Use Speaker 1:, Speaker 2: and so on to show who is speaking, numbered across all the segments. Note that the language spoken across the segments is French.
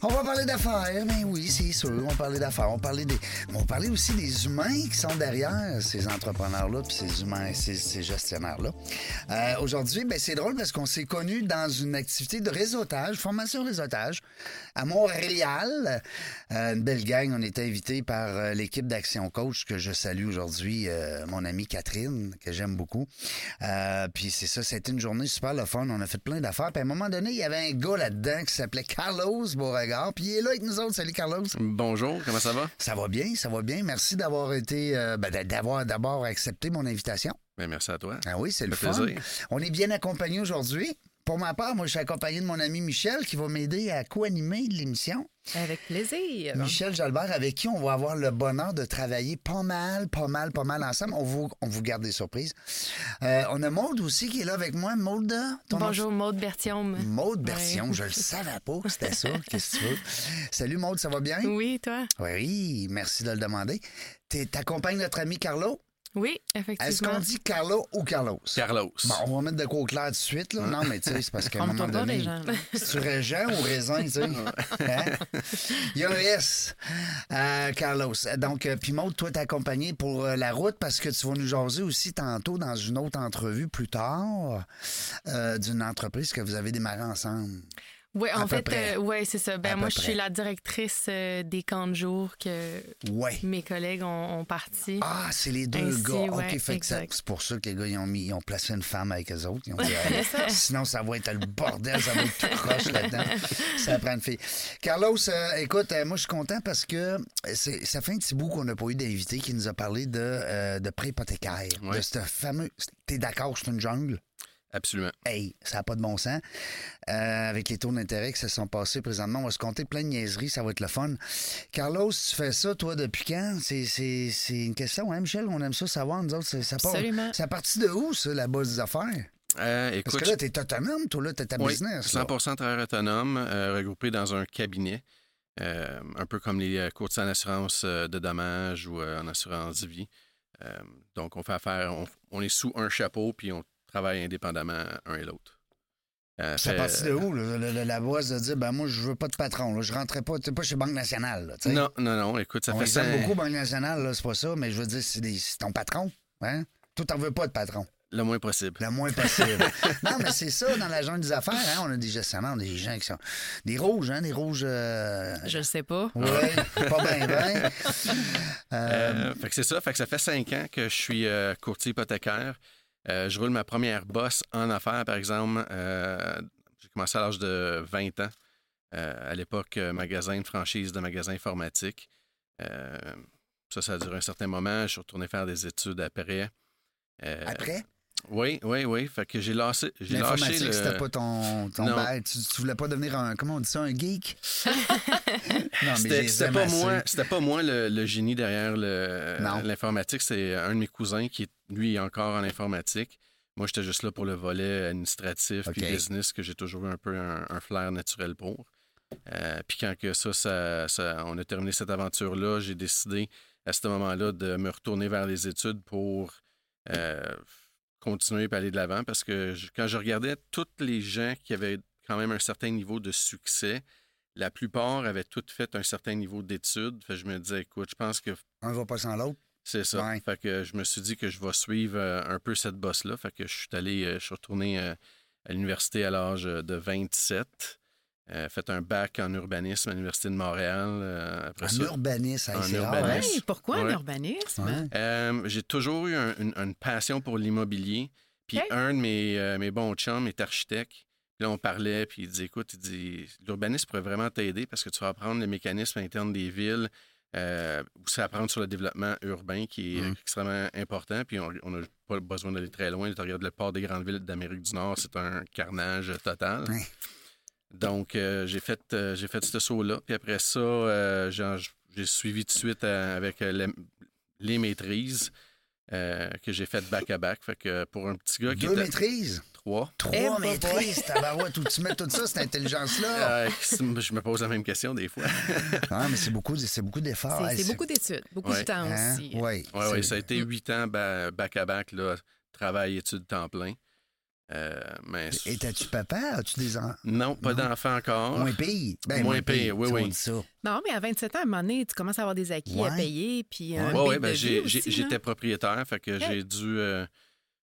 Speaker 1: On va parler d'affaires, mais oui, c'est sûr, on va parler d'affaires, on parlait des on parlait aussi des humains qui sont derrière ces entrepreneurs-là puis ces humains, ces, ces gestionnaires-là. Euh, aujourd'hui, ben c'est drôle parce qu'on s'est connus dans une activité de réseautage, formation réseautage à Montréal. Euh, une belle gang, on était invité par euh, l'équipe d'Action Coach que je salue aujourd'hui, euh, mon amie Catherine que j'aime beaucoup. Euh, puis c'est ça, c'était une journée super le fun. On a fait plein d'affaires. Puis à un moment donné, il y avait un gars là-dedans qui s'appelait Carlos Beauregard. Puis il est là avec nous autres. Salut Carlos.
Speaker 2: Bonjour, comment ça va?
Speaker 1: Ça va bien, ça va bien. Merci d'avoir été, euh, ben, d'a- d'avoir d'abord accepté mon invitation.
Speaker 2: Ben, merci à toi.
Speaker 1: Ah oui, c'est le fun.
Speaker 2: Ça fait plaisir.
Speaker 1: On est bien accompagné aujourd'hui. Pour ma part, moi, je suis accompagné de mon ami Michel qui va m'aider à co-animer l'émission.
Speaker 3: Avec plaisir.
Speaker 4: Hein?
Speaker 1: Michel Jalbert, avec qui on va avoir le bonheur de travailler pas mal, pas mal, pas mal ensemble. On vous, on vous garde des surprises. Euh, on a Maude aussi qui est là avec moi. Maude, ton nom-
Speaker 3: Bonjour, Maude Bertium.
Speaker 1: Maude Bertillon,
Speaker 3: Ouais.
Speaker 1: je le savais pas, que c'était ça. Qu'est-ce que tu veux? Salut Maude, ça va bien?
Speaker 3: Oui, toi?
Speaker 1: Oui, merci de le demander. T'es- T'accompagnes notre ami Carlo?
Speaker 3: Oui,
Speaker 1: Est-ce
Speaker 3: effectivement.
Speaker 1: qu'on dit Carlo ou Carlos?
Speaker 2: Carlos.
Speaker 1: Bon, on va mettre de quoi au clair tout de suite, là. Non, mais tu sais, c'est parce qu'à un
Speaker 3: On me
Speaker 1: moment
Speaker 3: tourne pas les
Speaker 1: donné.
Speaker 3: gens. là.
Speaker 1: C'est-tu régent ou raisin, tu sais? Hein? Il y a un S, euh, Carlos. Donc, euh, puis Maud, toi, t'es accompagné pour euh, la route parce que tu vas nous jaser aussi tantôt dans une autre entrevue plus tard euh, d'une entreprise que vous avez démarrée ensemble.
Speaker 3: Oui,
Speaker 1: À
Speaker 3: en
Speaker 1: peu
Speaker 3: fait,
Speaker 1: près.
Speaker 3: euh, ouais, c'est ça.
Speaker 1: À
Speaker 3: Ben,
Speaker 1: peu
Speaker 3: moi, je
Speaker 1: près.
Speaker 3: suis la directrice euh, des camps de jour que
Speaker 1: Ouais.
Speaker 3: mes collègues ont, ont parti.
Speaker 1: Ah, c'est les deux
Speaker 3: Ainsi,
Speaker 1: gars. OK,
Speaker 3: ouais,
Speaker 1: fait que ça-
Speaker 3: exact.
Speaker 1: c'est pour ça que les gars, ils ont, mis, ils ont placé une femme avec eux autres. Ils ont dit, Hey, sinon, ça va être le bordel, ça va être tout croche là-dedans. Ça prend une fille. Carlos, euh, écoute, euh, moi, je suis content parce que c'est- ça fait un petit bout qu'on n'a pas eu d'invité qui nous a parlé de, euh, de prêt hypothécaire.
Speaker 2: Ouais.
Speaker 1: De ce fameux. T'es d'accord, c'est une jungle?
Speaker 2: Absolument.
Speaker 1: Hey, ça n'a pas de bon sens. Euh, avec les taux d'intérêt qui se sont passés présentement, on va se compter plein de niaiseries, ça va être le fun. Carlos, tu fais ça, toi, depuis quand? C'est, c'est, c'est une question, hein, Michel? On aime ça savoir, nous autres. c'est- Ça part,
Speaker 3: Absolument.
Speaker 1: ça partit de où, ça, la base des affaires?
Speaker 2: Euh,
Speaker 1: Parce
Speaker 2: écoute,
Speaker 1: que là, t'es autonome, toi, là, t'as ta
Speaker 2: oui,
Speaker 1: business. là.
Speaker 2: 100 travailleur autonome, euh, regroupé dans un cabinet, euh, un peu comme les euh, courtiers en assurance euh, de dommages ou euh, en assurance vie. Euh, donc, on fait affaire, on, on est sous un chapeau, puis on travaille indépendamment un et l'autre. Euh,
Speaker 1: Ça
Speaker 2: fait-
Speaker 1: partit de où, là, la, la- la base de dire, ben moi, je veux pas de patron, là, je rentrais pas, t'es pas chez Banque Nationale, là, tu sais.
Speaker 2: Non, non, non, écoute, ça
Speaker 1: On
Speaker 2: fait
Speaker 1: les aime
Speaker 2: cinq-
Speaker 1: beaucoup, Banque Nationale, là, c'est pas ça, mais je veux dire, c'est, des- c'est ton patron, hein? Toi, t'en veux pas de patron.
Speaker 2: le moins possible.
Speaker 1: Le moins possible. non, mais c'est ça, dans la jungle des affaires, hein, on a des gestionnaires, des gens qui sont. Des rouges, hein, des rouges. euh,
Speaker 3: Je le sais pas.
Speaker 1: Oui, pas bien, bien.
Speaker 2: Euh, fait que c'est ça. Fait que ça fait cinq ans que je suis euh, courtier hypothécaire. Euh, je roule ma première bosse en affaires, par exemple. Euh, j'ai commencé à l'âge de 20 ans. Euh, à l'époque, euh, magasin de franchise de magasin informatique. Euh, ça, ça a duré un certain moment. Je suis retourné faire des études après. Euh,
Speaker 1: Après,
Speaker 2: Oui, oui, oui. Fait que j'ai lâché, j'ai lâché
Speaker 1: l'informatique,
Speaker 2: le...
Speaker 1: c'était pas ton, ton
Speaker 2: Non.
Speaker 1: bail. Tu, tu voulais pas devenir un. Comment on dit ça, un geek? non, j'ai-
Speaker 2: C'était c'était
Speaker 1: j'aime
Speaker 2: pas,
Speaker 1: assez.
Speaker 2: moi, c'était pas moi le, le génie derrière le-
Speaker 1: Non.
Speaker 2: l'informatique. C'est un de mes cousins qui, est, lui, est encore en informatique. Moi, j'étais juste là pour le volet administratif puis
Speaker 1: OK.
Speaker 2: business que j'ai toujours eu un peu un, un flair naturel pour. Euh, puis quand que ça, ça, ça- on a terminé cette aventure-là, j'ai décidé à ce moment-là de me retourner vers les études pour euh, continuer et aller de l'avant parce que je- quand je regardais toutes les gens qui avaient quand même un certain niveau de succès, la plupart avaient toutes fait un certain niveau d'études. Fait que je me disais, écoute, je pense que
Speaker 1: Un va pas sans l'autre.
Speaker 2: c'est ça.
Speaker 1: Ouais.
Speaker 2: Fait que je me suis dit que je vais suivre euh, un peu cette bosse-là. Fait que je suis allé, euh, je suis retourné euh, à l'université à l'âge euh, de 27. Euh, fait un bac en urbanisme à l'Université de Montréal. euh, après
Speaker 1: Un
Speaker 2: ça.
Speaker 1: urbaniste, hey,
Speaker 2: Un
Speaker 1: c'est rare. hein?
Speaker 2: urbaniste.
Speaker 3: Hey, pourquoi
Speaker 2: Ouais.
Speaker 3: l'urbanisme?
Speaker 1: Ouais.
Speaker 2: Euh, j'ai toujours eu un- une, une passion pour l'immobilier. Puis
Speaker 3: Ok.
Speaker 2: un de mes, euh, mes bons chums est architecte. Puis là, on parlait, puis il dit Écoute, il dit l'urbanisme pourrait vraiment t'aider parce que tu vas apprendre les mécanismes internes des villes, euh, ça apprendre sur le développement urbain qui est
Speaker 1: Mhm.
Speaker 2: extrêmement important. Puis on n'a pas besoin d'aller très loin. Tu regardes le port des grandes villes d'Amérique du Nord, c'est un carnage total.
Speaker 1: Ouais.
Speaker 2: Donc, euh, j'ai fait, euh, j'ai fait ce saut-là. Puis après ça, euh, j'ai j'ai suivi tout de suite euh, avec euh, la- les maîtrises euh, que j'ai faites back-à-back. Fait que pour un petit gars qui
Speaker 1: Deux
Speaker 2: était
Speaker 1: maîtrises.
Speaker 2: trois,
Speaker 3: Eh,
Speaker 1: Trois
Speaker 3: bah,
Speaker 1: maîtrises. Tabarouette, où tu mets tout ça, cette intelligence-là.
Speaker 2: euh, je me pose la même question des fois.
Speaker 1: Ah, mais c'est beaucoup, c'est beaucoup d'efforts.
Speaker 4: C'est-
Speaker 1: Hey,
Speaker 4: C'est beaucoup d'études, beaucoup
Speaker 2: Ouais.
Speaker 4: de temps
Speaker 1: Hein?
Speaker 4: aussi.
Speaker 1: Ouais,
Speaker 2: Oui,
Speaker 1: c'est-
Speaker 2: oui, ça a été huit ans ba- back-à-back, là, travail, études, temps plein. Euh, mais
Speaker 1: Étais-tu papa? As-tu des enfants?
Speaker 2: non, pas d'enfant encore.
Speaker 1: Moins pire. Ben,
Speaker 2: Ah, Moins pire, oui,
Speaker 1: si on
Speaker 2: oui.
Speaker 1: dit ça.
Speaker 4: Non, mais à 27 ans, à un moment donné, tu commences à avoir des acquis
Speaker 1: Ouais.
Speaker 4: à payer. Puis un
Speaker 2: Ouais,
Speaker 4: beat
Speaker 2: ouais, ben,
Speaker 4: de
Speaker 2: j'ai-
Speaker 4: vie
Speaker 2: j'ai-
Speaker 4: aussi, là.
Speaker 1: hein?
Speaker 2: j'étais propriétaire, fait que j'ai dû, euh,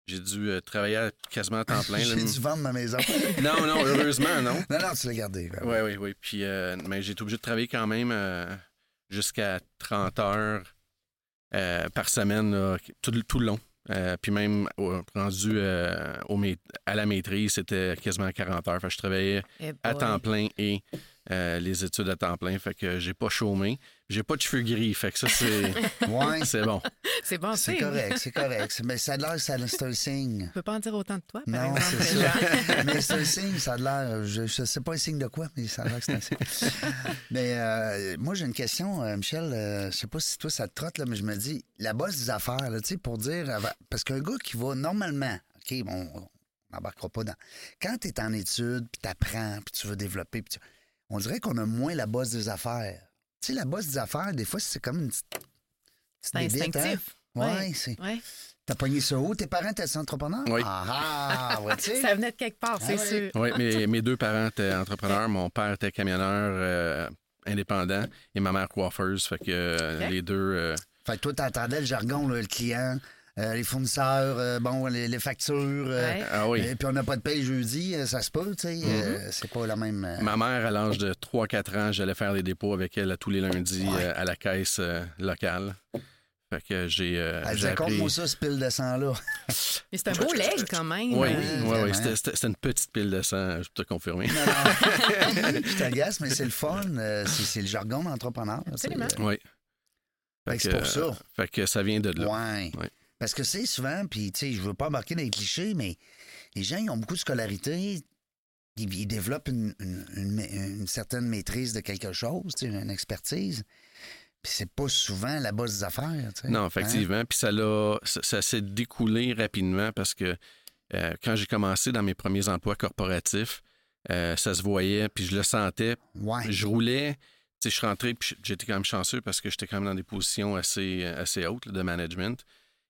Speaker 2: j'ai dû euh, travailler à- quasiment à temps plein. là.
Speaker 1: J'ai dû vendre ma maison.
Speaker 2: Non, non, heureusement, non.
Speaker 1: non, non, tu l'as gardé. ben
Speaker 2: Oui, oui, oui. Puis, euh, mais j'ai été obligé de travailler quand même euh, jusqu'à 30 heures euh, par semaine, là, tout, le- tout le long. Euh, puis même au- rendu euh, au ma- à la maîtrise, c'était quasiment 40 heures. Fait que je travaillais
Speaker 4: Eh
Speaker 2: à
Speaker 4: boy.
Speaker 2: temps plein et euh, les études à temps plein. Fait que j'ai pas chômé. J'ai pas de cheveux gris. Fait que ça, c'est
Speaker 1: Ouais,
Speaker 2: c'est bon.
Speaker 4: C'est bon,
Speaker 1: c'est
Speaker 4: signe.
Speaker 1: correct, c'est correct. Mais ça a l'air que ça- c'est un signe.
Speaker 4: Je peux pas en dire autant de toi, par
Speaker 1: Non,
Speaker 4: exemple.
Speaker 1: c'est
Speaker 4: Jean.
Speaker 1: ça. mais c'est un signe, ça a l'air. Je, je sais pas un signe de quoi, mais ça a l'air que c'est un signe. mais euh, moi, j'ai une question, euh, Michel. euh, je sais pas si toi, ça te trotte, là, mais je me dis, la bosse des affaires, là, tu sais, pour dire. avant- Parce qu'un gars qui va normalement, OK, bon, on n'embarquera pas dans. Quand tu es en études, puis tu apprends, puis tu veux développer, puis tu- on dirait qu'on a moins la bosse des affaires. Tu sais, la bosse des affaires, des fois, c'est comme une petite. petite
Speaker 4: C'est
Speaker 1: bébite, hein?
Speaker 4: instinctif.
Speaker 1: Ouais, c'est.
Speaker 4: Ouais.
Speaker 1: T'as pogné ça où? Tes parents étaient entrepreneurs?
Speaker 2: Oui.
Speaker 1: Ah, ah, ouais, tu sais.
Speaker 4: Ça venait de quelque part, c'est
Speaker 1: Ah ouais.
Speaker 4: sûr.
Speaker 2: Oui, mes, mes deux parents étaient entrepreneurs. Mon père était camionneur euh, indépendant et ma mère coiffeuse. Fait que euh,
Speaker 4: Ok.
Speaker 2: les deux. euh,
Speaker 1: Fait que toi, t'entendais le jargon, là, le client, euh, les fournisseurs, euh, bon, les, les factures. euh,
Speaker 4: Ouais.
Speaker 2: Ah oui. Mm-hmm.
Speaker 1: Et puis on n'a pas de paye jeudi, euh, ça se peut, tu sais. euh, c'est pas la même. euh,
Speaker 2: Ma mère, à l'âge de 3-4 ans, j'allais faire les dépôts avec elle à tous les lundis euh, à la caisse euh, locale. Fait que j'ai. euh,
Speaker 1: elle
Speaker 2: j'ai
Speaker 1: disait,
Speaker 2: appris-
Speaker 1: compte-moi Ah, ça, ce pile de sang-là.
Speaker 4: Mais c'est un beau leg quand
Speaker 1: hein,
Speaker 4: même.
Speaker 2: Oui,
Speaker 4: Euh,
Speaker 2: oui,
Speaker 1: vraiment.
Speaker 2: oui. C'était- C'était c'était une petite pile de sang, je peux te confirmer.
Speaker 1: Non, non. Je t'agace, mais c'est le fun. euh, c'est c'est le jargon d'entrepreneur.
Speaker 4: Absolument.
Speaker 1: tu sais.
Speaker 2: Oui.
Speaker 1: Fait que Ben, c'est pour ça.
Speaker 2: Fait que ça vient de là.
Speaker 1: Ouais.
Speaker 2: Ouais.
Speaker 1: Parce que c'est souvent, puis tu sais, je veux pas embarquer dans les clichés, mais les gens, ils ont beaucoup de scolarité. Ils, ils développent une, une- une- une certaine maîtrise de quelque chose, tu sais, une expertise. Puis c'est pas souvent la base des affaires, tu sais.
Speaker 2: Non,
Speaker 1: Hein?
Speaker 2: effectivement. Puis ça, l'a- ça, ça s'est découlé rapidement parce que euh, quand j'ai commencé dans mes premiers emplois corporatifs, euh, ça se voyait, puis je le sentais.
Speaker 1: hein? Ouais.
Speaker 2: Je roulais, tu sais, je rentrais, puis j'étais quand même chanceux parce que j'étais quand même dans des positions assez, euh, assez hautes là, de management.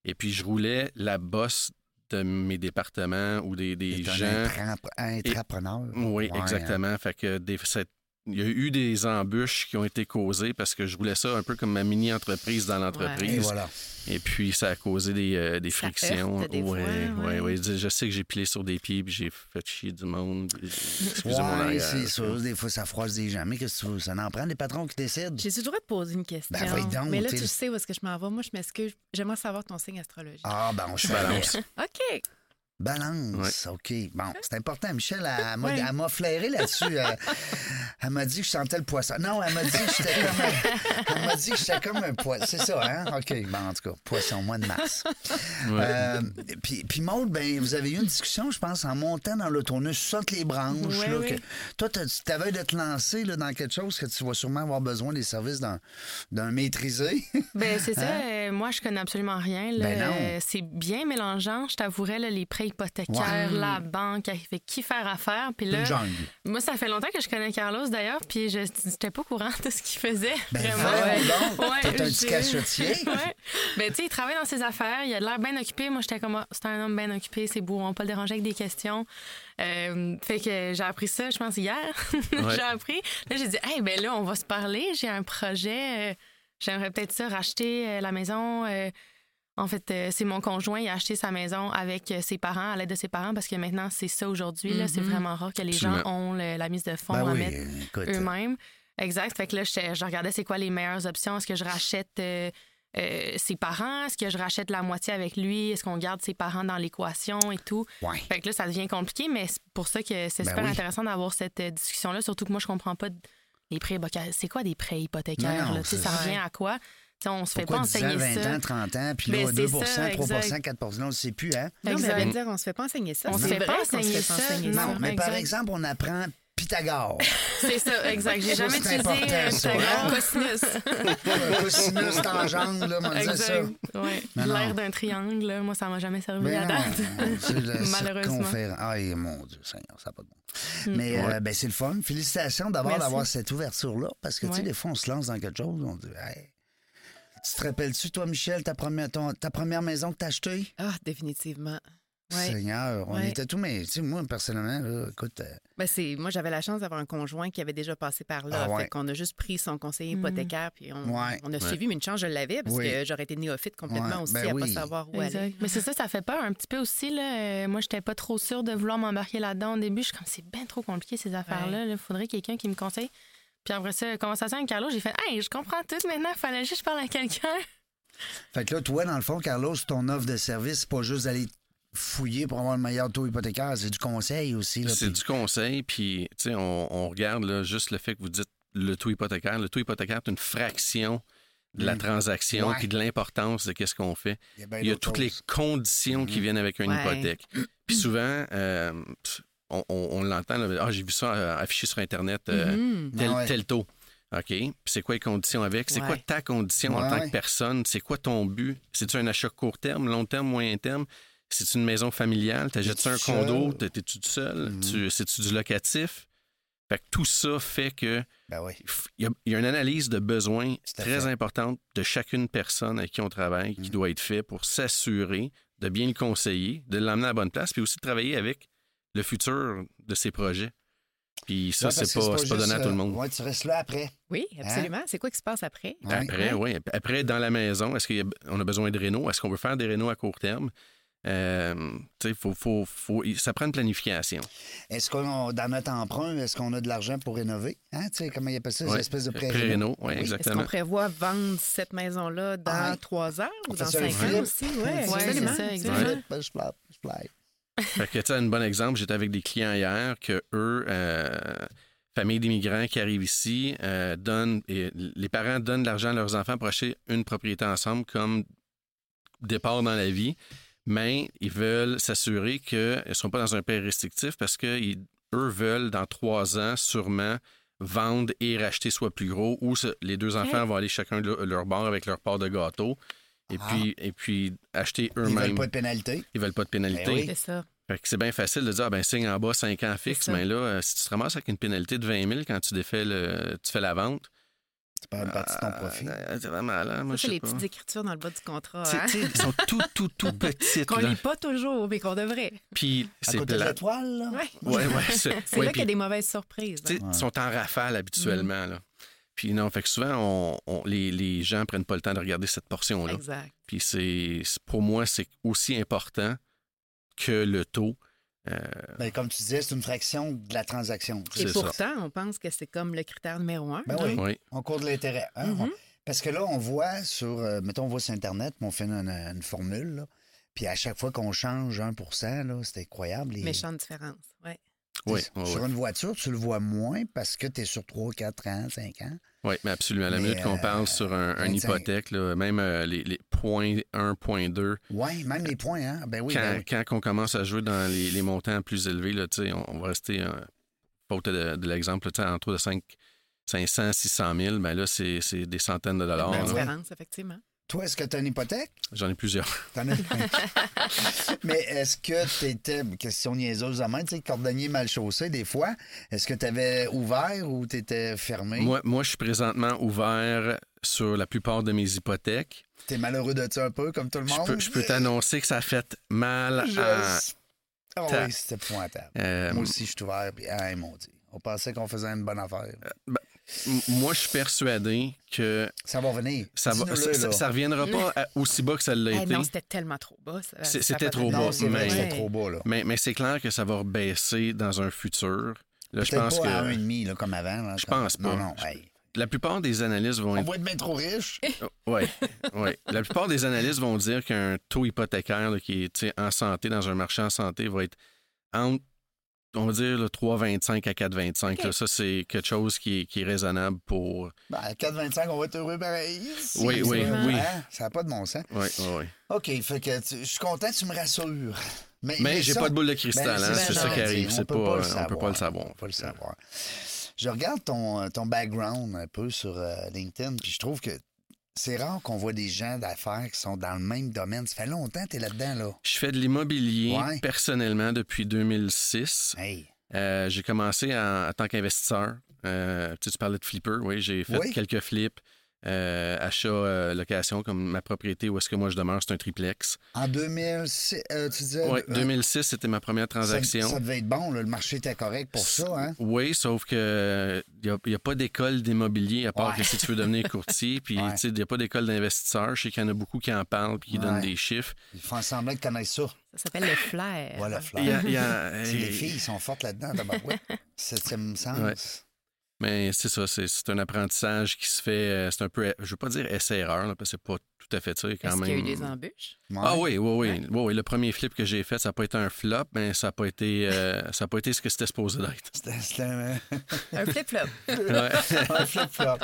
Speaker 2: Et puis je roulais la bosse de mes départements ou des, des
Speaker 1: T'es un
Speaker 2: gens.
Speaker 1: intrapre- un intrapreneur.
Speaker 2: Oui,
Speaker 1: Ouais, hein.
Speaker 2: exactement. Fait que des- cette- il y a eu des embûches qui ont été causées parce que je roulais ça un peu comme ma mini-entreprise dans
Speaker 1: Et
Speaker 2: l'entreprise.
Speaker 1: voilà.
Speaker 2: Et puis, ça a causé des, euh, des
Speaker 4: Ça
Speaker 2: frictions.
Speaker 4: heurte des
Speaker 2: ouais,
Speaker 4: fois,
Speaker 2: ouais,
Speaker 4: ouais.
Speaker 2: ouais. Je sais que j'ai pilé sur des pieds, puis j'ai fait chier du monde. Excusez mon
Speaker 1: Ouais,
Speaker 2: arrière.
Speaker 1: c'est sûr. Des fois, ça froisse des gens. Mais qu'est-ce que tu veux? Ça en prend des patrons qui décident.
Speaker 4: J'ai-tu le droit de poser une question?
Speaker 1: Ben, voyons donc,
Speaker 4: mais là,
Speaker 1: t'es-
Speaker 4: tu sais où est-ce que je m'en vais. Moi, je m'excuse. J'aimerais savoir ton signe astrologique.
Speaker 1: Ah, ben, on
Speaker 2: Je
Speaker 1: se
Speaker 2: balance.
Speaker 4: OK.
Speaker 1: Balance, OK. Bon, c'est important. Michel, elle, elle m'a-
Speaker 4: Ouais.
Speaker 1: elle m'a flairé là-dessus. Elle, elle m'a dit que je sentais le poisson. Non, elle m'a dit que j'étais comme un, elle m'a dit que j'étais comme un poisson. C'est ça, hein? OK. Bon, en tout cas, poisson, mois de mars. Euh, puis, puis Maude, ben, vous avez eu une discussion, je pense, en montant dans l'autobus, saute les branches.
Speaker 4: Ouais,
Speaker 1: là,
Speaker 4: ouais.
Speaker 1: que- toi, t'as- tu t'avais de te lancer là, dans quelque chose que tu vas sûrement avoir besoin des services d'un d'un maîtrisé.
Speaker 3: Ben, c'est ça.
Speaker 4: Hein?
Speaker 3: euh, moi, je connais absolument rien. là.
Speaker 1: Ben non.
Speaker 3: Euh, c'est bien mélangeant. Je t'avouerais, là, les prêts hypothécaires, la banque, avec qui faire affaire. Puis là,
Speaker 1: Une jungle.
Speaker 3: moi, ça fait longtemps que je connais Carlos, d'ailleurs, puis je n'étais pas au courant de ce qu'il faisait.
Speaker 1: Ben,
Speaker 3: vraiment.
Speaker 1: voyons donc.
Speaker 3: Ouais,
Speaker 1: T'es un petit
Speaker 3: j'ai-
Speaker 1: cachotier.
Speaker 3: Ouais. Ben, tu sais, il travaille dans ses affaires, il a de l'air bien occupé. Moi, j'étais comme, Ah, c'est un homme bien occupé, c'est beau, on va pas le déranger avec des questions. Euh, fait que j'ai appris ça, je pense, hier.
Speaker 2: Ouais.
Speaker 3: j'ai appris. Là, j'ai dit, hey, ben là, on va se parler, j'ai un projet, euh, j'aimerais peut-être ça, racheter euh, la maison. euh, en fait, euh, c'est mon conjoint, il a acheté sa maison avec euh, ses parents, à l'aide de ses parents, parce que maintenant, c'est ça aujourd'hui. là. C'est vraiment rare que les gens ont le- la mise de fonds
Speaker 1: Ben
Speaker 3: à
Speaker 1: oui,
Speaker 3: mettre
Speaker 1: écoute.
Speaker 3: eux-mêmes. Exact. Fait que là, j'étais- je, regardais c'est quoi les meilleures options. Est-ce que je rachète euh, euh, ses parents? Est-ce que je rachète la moitié avec lui? Est-ce qu'on garde ses parents dans l'équation et tout?
Speaker 1: Ouais.
Speaker 3: Fait que là, ça devient compliqué, mais c'est pour ça que c'est
Speaker 1: Ben
Speaker 3: super
Speaker 1: oui.
Speaker 3: intéressant d'avoir cette euh, discussion-là, surtout que moi, je comprends pas d- les prêts hypothécaires. C'est quoi des prêts hypothécaires?
Speaker 1: Non, non,
Speaker 3: là? Tu sais,
Speaker 1: c'est
Speaker 3: ça
Speaker 1: ça.
Speaker 3: revient à quoi? Tu sais, on se fait
Speaker 1: Pourquoi
Speaker 3: pas
Speaker 1: 10
Speaker 3: enseigner
Speaker 1: ans, 20
Speaker 3: ça.
Speaker 1: ans, 30 ans, puis
Speaker 3: Ben,
Speaker 1: là,
Speaker 3: c'est
Speaker 1: 2
Speaker 3: ça,
Speaker 1: 3
Speaker 3: exact.
Speaker 1: 4 on ne sait plus, hein?
Speaker 4: Non, mais ça
Speaker 3: Exact.
Speaker 4: veut dire qu'on se fait pas enseigner ça.
Speaker 3: On se
Speaker 4: C'est
Speaker 3: fait
Speaker 4: vrai
Speaker 3: pas
Speaker 4: qu'on se
Speaker 3: enseigner
Speaker 4: fait pas
Speaker 3: ça,
Speaker 4: enseigner
Speaker 3: non.
Speaker 4: ça.
Speaker 1: mais par
Speaker 3: exact.
Speaker 1: exemple, on apprend Pythagore, Pythagore.
Speaker 3: C'est ça, exact. J'ai
Speaker 1: Ça,
Speaker 3: jamais
Speaker 1: c'est
Speaker 3: utilisé
Speaker 1: important,
Speaker 3: euh,
Speaker 1: ça,
Speaker 3: Pythagore,
Speaker 1: hein?
Speaker 3: cosinus.
Speaker 1: Le sinus tangente, là, on disait ça.
Speaker 3: Exact. Ouais.
Speaker 1: Non, non.
Speaker 3: L'air d'un triangle, là, moi, ça m'a jamais servi
Speaker 1: Ben
Speaker 3: à
Speaker 1: non,
Speaker 3: date.
Speaker 1: c'est la
Speaker 3: Malheureusement. Mm.
Speaker 1: circonférence. Aïe, mon Dieu, Seigneur, ça n'a pas de bon. Mais euh, ben, c'est le fun. Félicitations d'abord
Speaker 3: Merci.
Speaker 1: d'avoir cette ouverture-là, parce que, tu sais,
Speaker 3: Ouais.
Speaker 1: des fois, on se lance dans quelque chose, on dit, hey. Tu te rappelles-tu, toi, Michel, ta première, ton- ta première maison que t'as achetée?
Speaker 4: Ah, définitivement. Ouais.
Speaker 1: Seigneur, on
Speaker 4: Ouais.
Speaker 1: était tout, mais, tu sais, moi, personnellement, là, écoute, euh,
Speaker 4: Ben, c'est, moi, j'avais la chance d'avoir un conjoint qui avait déjà passé par là.
Speaker 1: Ah ouais.
Speaker 4: Fait qu'on a juste pris son conseiller
Speaker 3: Mhm.
Speaker 4: hypothécaire, puis on,
Speaker 1: Ouais.
Speaker 4: on a suivi, mais une chance, je l'avais, parce
Speaker 1: Oui.
Speaker 4: que j'aurais été néophyte complètement
Speaker 1: Ouais,
Speaker 4: aussi
Speaker 1: ben
Speaker 4: à
Speaker 1: oui.
Speaker 4: pas savoir où
Speaker 3: Exact.
Speaker 4: aller.
Speaker 3: Mais c'est ça, ça fait peur un petit peu aussi. Là. Euh, Moi, j'étais pas trop sûre de vouloir m'embarquer là-dedans au début. Je suis comme, c'est bien trop compliqué ces affaires-là. Il faudrait quelqu'un qui me conseille. Puis après ça, conversation avec Carlo, j'ai fait, hey, je comprends tout maintenant. Fallait juste que je parle à quelqu'un.
Speaker 1: Fait que là, toi, dans le fond, Carlos, ton offre de service, c'est pas juste d'aller fouiller pour avoir le meilleur taux hypothécaire, c'est du conseil aussi. Là,
Speaker 2: C'est
Speaker 1: puis-
Speaker 2: du conseil, puis tu sais, on, on regarde là, juste le fait que vous dites le taux hypothécaire. Le taux hypothécaire est une fraction de la transaction
Speaker 1: Mm. Ouais.
Speaker 2: puis de l'importance de qu'est-ce qu'on fait.
Speaker 1: Il y a bien
Speaker 2: Il y a
Speaker 1: d'autres
Speaker 2: toutes les
Speaker 1: choses. Mm-hmm.
Speaker 2: conditions qui viennent avec une
Speaker 4: Ouais.
Speaker 2: hypothèque. Puis souvent, euh, pff, on, on- on l'entend, là, ah, j'ai vu ça euh, affiché sur Internet, euh,
Speaker 4: Mm-hmm.
Speaker 2: tel,
Speaker 1: Ah ouais.
Speaker 2: tel taux. OK. Puis c'est quoi les conditions avec? C'est quoi
Speaker 4: Ouais.
Speaker 2: ta condition
Speaker 1: Ouais,
Speaker 2: en tant
Speaker 1: ouais.
Speaker 2: que personne? C'est quoi ton but? C'est-tu un achat court terme, long terme, moyen terme? C'est-tu une maison familiale? T'achètes-tu
Speaker 1: T'es
Speaker 2: un
Speaker 1: tout
Speaker 2: condo?
Speaker 1: seul? Mm-hmm.
Speaker 2: T'es- T'es-tu tout seul? Tu- C'est-tu du locatif? Fait que tout ça fait que
Speaker 1: Ben oui.
Speaker 2: f- il y, a- il y a une analyse de besoins
Speaker 1: à
Speaker 2: très
Speaker 1: fait. Mm-hmm.
Speaker 2: importante de chacune personne avec qui on travaille qui doit être fait pour s'assurer de bien le conseiller, de l'emmener à la bonne place, puis aussi de travailler avec le futur de ses projets. Puis ça,
Speaker 1: Ouais, Ben, parce que
Speaker 2: c'est pas, c'est
Speaker 1: juste,
Speaker 2: pas donné à tout le
Speaker 1: euh,
Speaker 2: monde.
Speaker 1: Ouais, tu restes là après.
Speaker 4: Oui,
Speaker 1: Hein?
Speaker 4: absolument. C'est quoi qui se passe après?
Speaker 1: Ouais.
Speaker 2: Après, oui. Après, dans la maison, est-ce qu'on a besoin de réno? Est-ce qu'on veut faire des réno à court terme? Euh, tu sais, faut, faut, faut- ça prend une planification.
Speaker 1: Est-ce qu'on, dans notre emprunt, est-ce qu'on a de l'argent pour rénover? Hein, tu sais, comment ils appellent ça,
Speaker 2: Ouais.
Speaker 1: ces espèces de pré-réno?
Speaker 2: Pré-réno, oui,
Speaker 4: Est-ce
Speaker 2: exactement.
Speaker 4: qu'on prévoit vendre cette
Speaker 1: Ah
Speaker 4: maison-là dans
Speaker 1: ouais.
Speaker 4: trois heures
Speaker 1: On
Speaker 4: ou
Speaker 1: fait
Speaker 4: dans
Speaker 1: ça un
Speaker 4: cinq
Speaker 1: flip.
Speaker 4: ans aussi? Oui,
Speaker 3: c'est
Speaker 4: absolument.
Speaker 3: ça, exact.
Speaker 4: absolument.
Speaker 1: Ben, Je flappe, je flappe.
Speaker 2: Fait que, tu sais, un bon exemple, j'étais avec des clients hier que eux, euh, famille d'immigrants qui arrivent ici, euh, donnent, et les parents donnent de l'argent à leurs enfants pour acheter une propriété ensemble comme départ dans la vie, mais ils veulent s'assurer qu'ils ne sont pas dans un pays restrictif parce que ils- eux veulent, dans trois ans, sûrement vendre et racheter soit plus gros ou se- les deux enfants vont aller chacun de leur- leur bord avec leur part de gâteau et,
Speaker 1: Ah.
Speaker 2: puis, et puis acheter
Speaker 1: Ils veulent
Speaker 2: eux-mêmes.
Speaker 1: pas de pénalité.
Speaker 2: Ils veulent pas de pénalité.
Speaker 1: Ben oui.
Speaker 4: C'est ça.
Speaker 2: Fait que c'est bien facile de dire, ah, ben, signe en bas 5 ans fixe,
Speaker 4: C'est ça.
Speaker 2: mais là, euh, si tu te ramasses avec une pénalité de 20 000 quand tu, défais le, tu fais la vente.
Speaker 1: Tu prends une partie de ton
Speaker 2: ah,
Speaker 1: profit.
Speaker 2: euh, c'est vraiment là, moi, je
Speaker 4: Ça, c'est
Speaker 2: sais
Speaker 4: les
Speaker 2: pas.
Speaker 4: petites écritures dans le bas du contrat.
Speaker 2: Tu sais,
Speaker 4: hein,
Speaker 2: tu sais, Ils sont tout, tout, tout petites.
Speaker 4: Qu'on
Speaker 2: là.
Speaker 4: lit pas toujours, mais qu'on devrait.
Speaker 2: Puis
Speaker 1: À
Speaker 2: c'est
Speaker 1: côté de la
Speaker 2: plat.
Speaker 1: toile, là.
Speaker 4: Ouais.
Speaker 2: Ouais, ouais, c'est
Speaker 4: C'est
Speaker 2: ouais,
Speaker 4: là qu'il y a
Speaker 2: puis,
Speaker 4: des mauvaises surprises.
Speaker 2: tu sais, Ils sont en rafale habituellement. Là. Puis non, fait que souvent, on, on- les, les gens prennent pas le temps de regarder cette
Speaker 4: hein.
Speaker 2: portion-là.
Speaker 4: Exact.
Speaker 2: Puis c'est, c'est- pour moi, c'est aussi important que le taux. Euh,
Speaker 1: Ben, comme tu disais, c'est une fraction de la transaction.
Speaker 2: C'est
Speaker 4: Et
Speaker 2: ça.
Speaker 4: pourtant, on pense que c'est comme le critère numéro un.
Speaker 1: Ben
Speaker 4: là.
Speaker 1: oui.
Speaker 2: ouais.
Speaker 1: On court de l'intérêt. hein?
Speaker 4: Mhm.
Speaker 1: Parce que là, on voit sur, euh, mettons, on voit sur Internet, mais on fait une, une formule, là. Puis à chaque fois qu'on change 1 là, c'est incroyable. les-
Speaker 4: Méchante différence. Ouais.
Speaker 2: Oui,
Speaker 1: T'sais,
Speaker 2: oui,
Speaker 1: sur
Speaker 2: oui.
Speaker 1: une voiture, tu le vois moins parce que tu es sur 3, 4 ans, 5 ans.
Speaker 2: Oui, mais absolument. La
Speaker 1: Mais,
Speaker 2: minute qu'on
Speaker 1: euh,
Speaker 2: parle sur un, un
Speaker 1: 25.
Speaker 2: hypothèque, là, même euh, les, les points 1, point 2,
Speaker 1: Oui, même les points, hein? Ben oui, ben
Speaker 2: quand,
Speaker 1: oui.
Speaker 2: quand on commence à jouer dans les, les montants plus élevés, là, tu sais, on, on va rester, euh, faute de, de l'exemple, tu sais, en trop de 5, 500, 600 000, ben là, c'est c'est des centaines de dollars.
Speaker 4: Méchante
Speaker 1: oui.
Speaker 2: là.
Speaker 4: différence, effectivement.
Speaker 1: Toi, est-ce que tu as une hypothèque?
Speaker 2: J'en ai plusieurs.
Speaker 1: T'en as- Mais est-ce que tu étais, question niaiseuse à main, tu sais, cordonnier mal chaussé, des fois, est-ce que tu avais ouvert ou tu étais fermé?
Speaker 2: Moi, moi, je suis présentement ouvert sur la plupart de mes hypothèques.
Speaker 1: T'es malheureux de ça un peu, comme tout le
Speaker 2: Je
Speaker 1: monde?
Speaker 2: peux, je peux t'annoncer que ça a fait mal
Speaker 1: Je-
Speaker 2: à- euh,
Speaker 1: Ah
Speaker 2: t'as-
Speaker 1: oui, c'était pointable.
Speaker 2: euh,
Speaker 1: Moi aussi, je suis ouvert, puis, ah, mon Dieu. On pensait qu'on faisait une bonne affaire.
Speaker 2: Euh, m- moi, je suis persuadé que
Speaker 1: Ça va venir.
Speaker 2: ça ne
Speaker 1: Dis-nous-le, là.
Speaker 2: reviendra pas à- aussi bas que ça l'a
Speaker 4: Eh
Speaker 2: été.
Speaker 4: non, c'était tellement trop bas. ça-
Speaker 2: C'est-
Speaker 4: ça a
Speaker 2: c'était
Speaker 4: pas
Speaker 2: trop
Speaker 4: de
Speaker 2: bas,
Speaker 1: Non,
Speaker 4: bon
Speaker 1: c'est vrai,
Speaker 2: mais-
Speaker 4: sens.
Speaker 1: que
Speaker 4: Ouais.
Speaker 1: c'était trop beau, là.
Speaker 2: Mais, mais c'est clair que ça va rebaisser dans un futur. Là, je
Speaker 1: Peut-être
Speaker 2: pense
Speaker 1: pas à
Speaker 2: que
Speaker 1: 1,5 là, comme avant. là,
Speaker 2: Je
Speaker 1: comme-
Speaker 2: pense
Speaker 1: Non,
Speaker 2: pas.
Speaker 1: non, hey.
Speaker 2: la plupart des analystes vont
Speaker 1: On va être bien trop riche.
Speaker 2: ouais, ouais. La plupart des analystes vont dire qu'un taux hypothécaire là, qui est tu sais, en santé dans un marché en santé va être entre on va dire le 3,25 à 4,25. là. Ça, c'est quelque chose qui est, qui est raisonnable pour.
Speaker 1: Ben, à 4,25, on va être heureux pareil. Si,
Speaker 2: Oui,
Speaker 1: ça,
Speaker 2: oui, oui.
Speaker 1: hein, Ça n'a pas de bon sens.
Speaker 2: Oui, oui.
Speaker 1: OK, fait que tu- je suis content, tu me rassures. Mais,
Speaker 2: Mais j'ai
Speaker 1: ça-
Speaker 2: pas de boule de cristal,
Speaker 1: Ben,
Speaker 2: hein,
Speaker 1: c'est
Speaker 2: c'est
Speaker 1: ça,
Speaker 2: ça qui
Speaker 1: je
Speaker 2: arrive.
Speaker 1: dis, on
Speaker 2: C'est
Speaker 1: peut
Speaker 2: pas, euh,
Speaker 1: pas le
Speaker 2: on peut pas
Speaker 1: savoir.
Speaker 2: le savoir.
Speaker 1: On peut pas le savoir. Je regarde ton, euh, ton background un peu sur euh, LinkedIn, puis je trouve que c'est rare qu'on voit des gens d'affaires qui sont dans le même domaine. Ça fait longtemps que tu es là-dedans, là.
Speaker 2: Je fais de l'immobilier
Speaker 1: Ouais.
Speaker 2: personnellement depuis 2006.
Speaker 1: Hey,
Speaker 2: Euh, j'ai commencé en, en tant qu'investisseur. Euh, tu, sais, tu parlais de flipper, oui, j'ai fait
Speaker 1: Oui.
Speaker 2: quelques flips, euh, achat, euh, location, comme ma propriété où est-ce que moi je demeure, c'est un triplex.
Speaker 1: en 2006, euh, tu disais...
Speaker 2: Oui,
Speaker 1: euh,
Speaker 2: 2006, c'était ma première
Speaker 1: ça,
Speaker 2: transaction.
Speaker 1: ça devait être bon, là, le marché était correct pour ça, hein?
Speaker 2: Oui, sauf que il n'y a, pas d'école d'immobilier à part
Speaker 1: Ouais.
Speaker 2: que si tu veux devenir courtier, puis
Speaker 1: Ouais.
Speaker 2: il n'y a pas d'école d'investisseurs. Je sais qu'il y en a beaucoup qui en parlent puis qui donnent
Speaker 1: Ouais.
Speaker 2: des chiffres.
Speaker 1: Ils font semblant de connaître ça.
Speaker 4: Ça s'appelle le flair.
Speaker 1: Voilà,
Speaker 2: Il y a-
Speaker 1: Fleur.
Speaker 2: il y a-
Speaker 1: Si Les filles sont fortes là-dedans, tabarouette. Septième sens.
Speaker 2: Ouais. Mais c'est ça, c'est, c'est un apprentissage qui se fait, euh, c'est un peu, je veux pas dire essai-erreur, là, parce que c'est pas tout à fait ça quand
Speaker 4: Est-ce
Speaker 2: même.
Speaker 4: qu'il y a eu des embûches?
Speaker 1: Ouais.
Speaker 2: Ah oui, oui, oui, oui, oui, Le premier flip que j'ai fait, ça n'a pas été un flop, mais ça n'a pas été, euh, ça a pas été ce que c'était supposé d'être.
Speaker 1: C'était c'était un,
Speaker 4: Un flip-flop.
Speaker 2: Ouais.
Speaker 1: un flip-flop.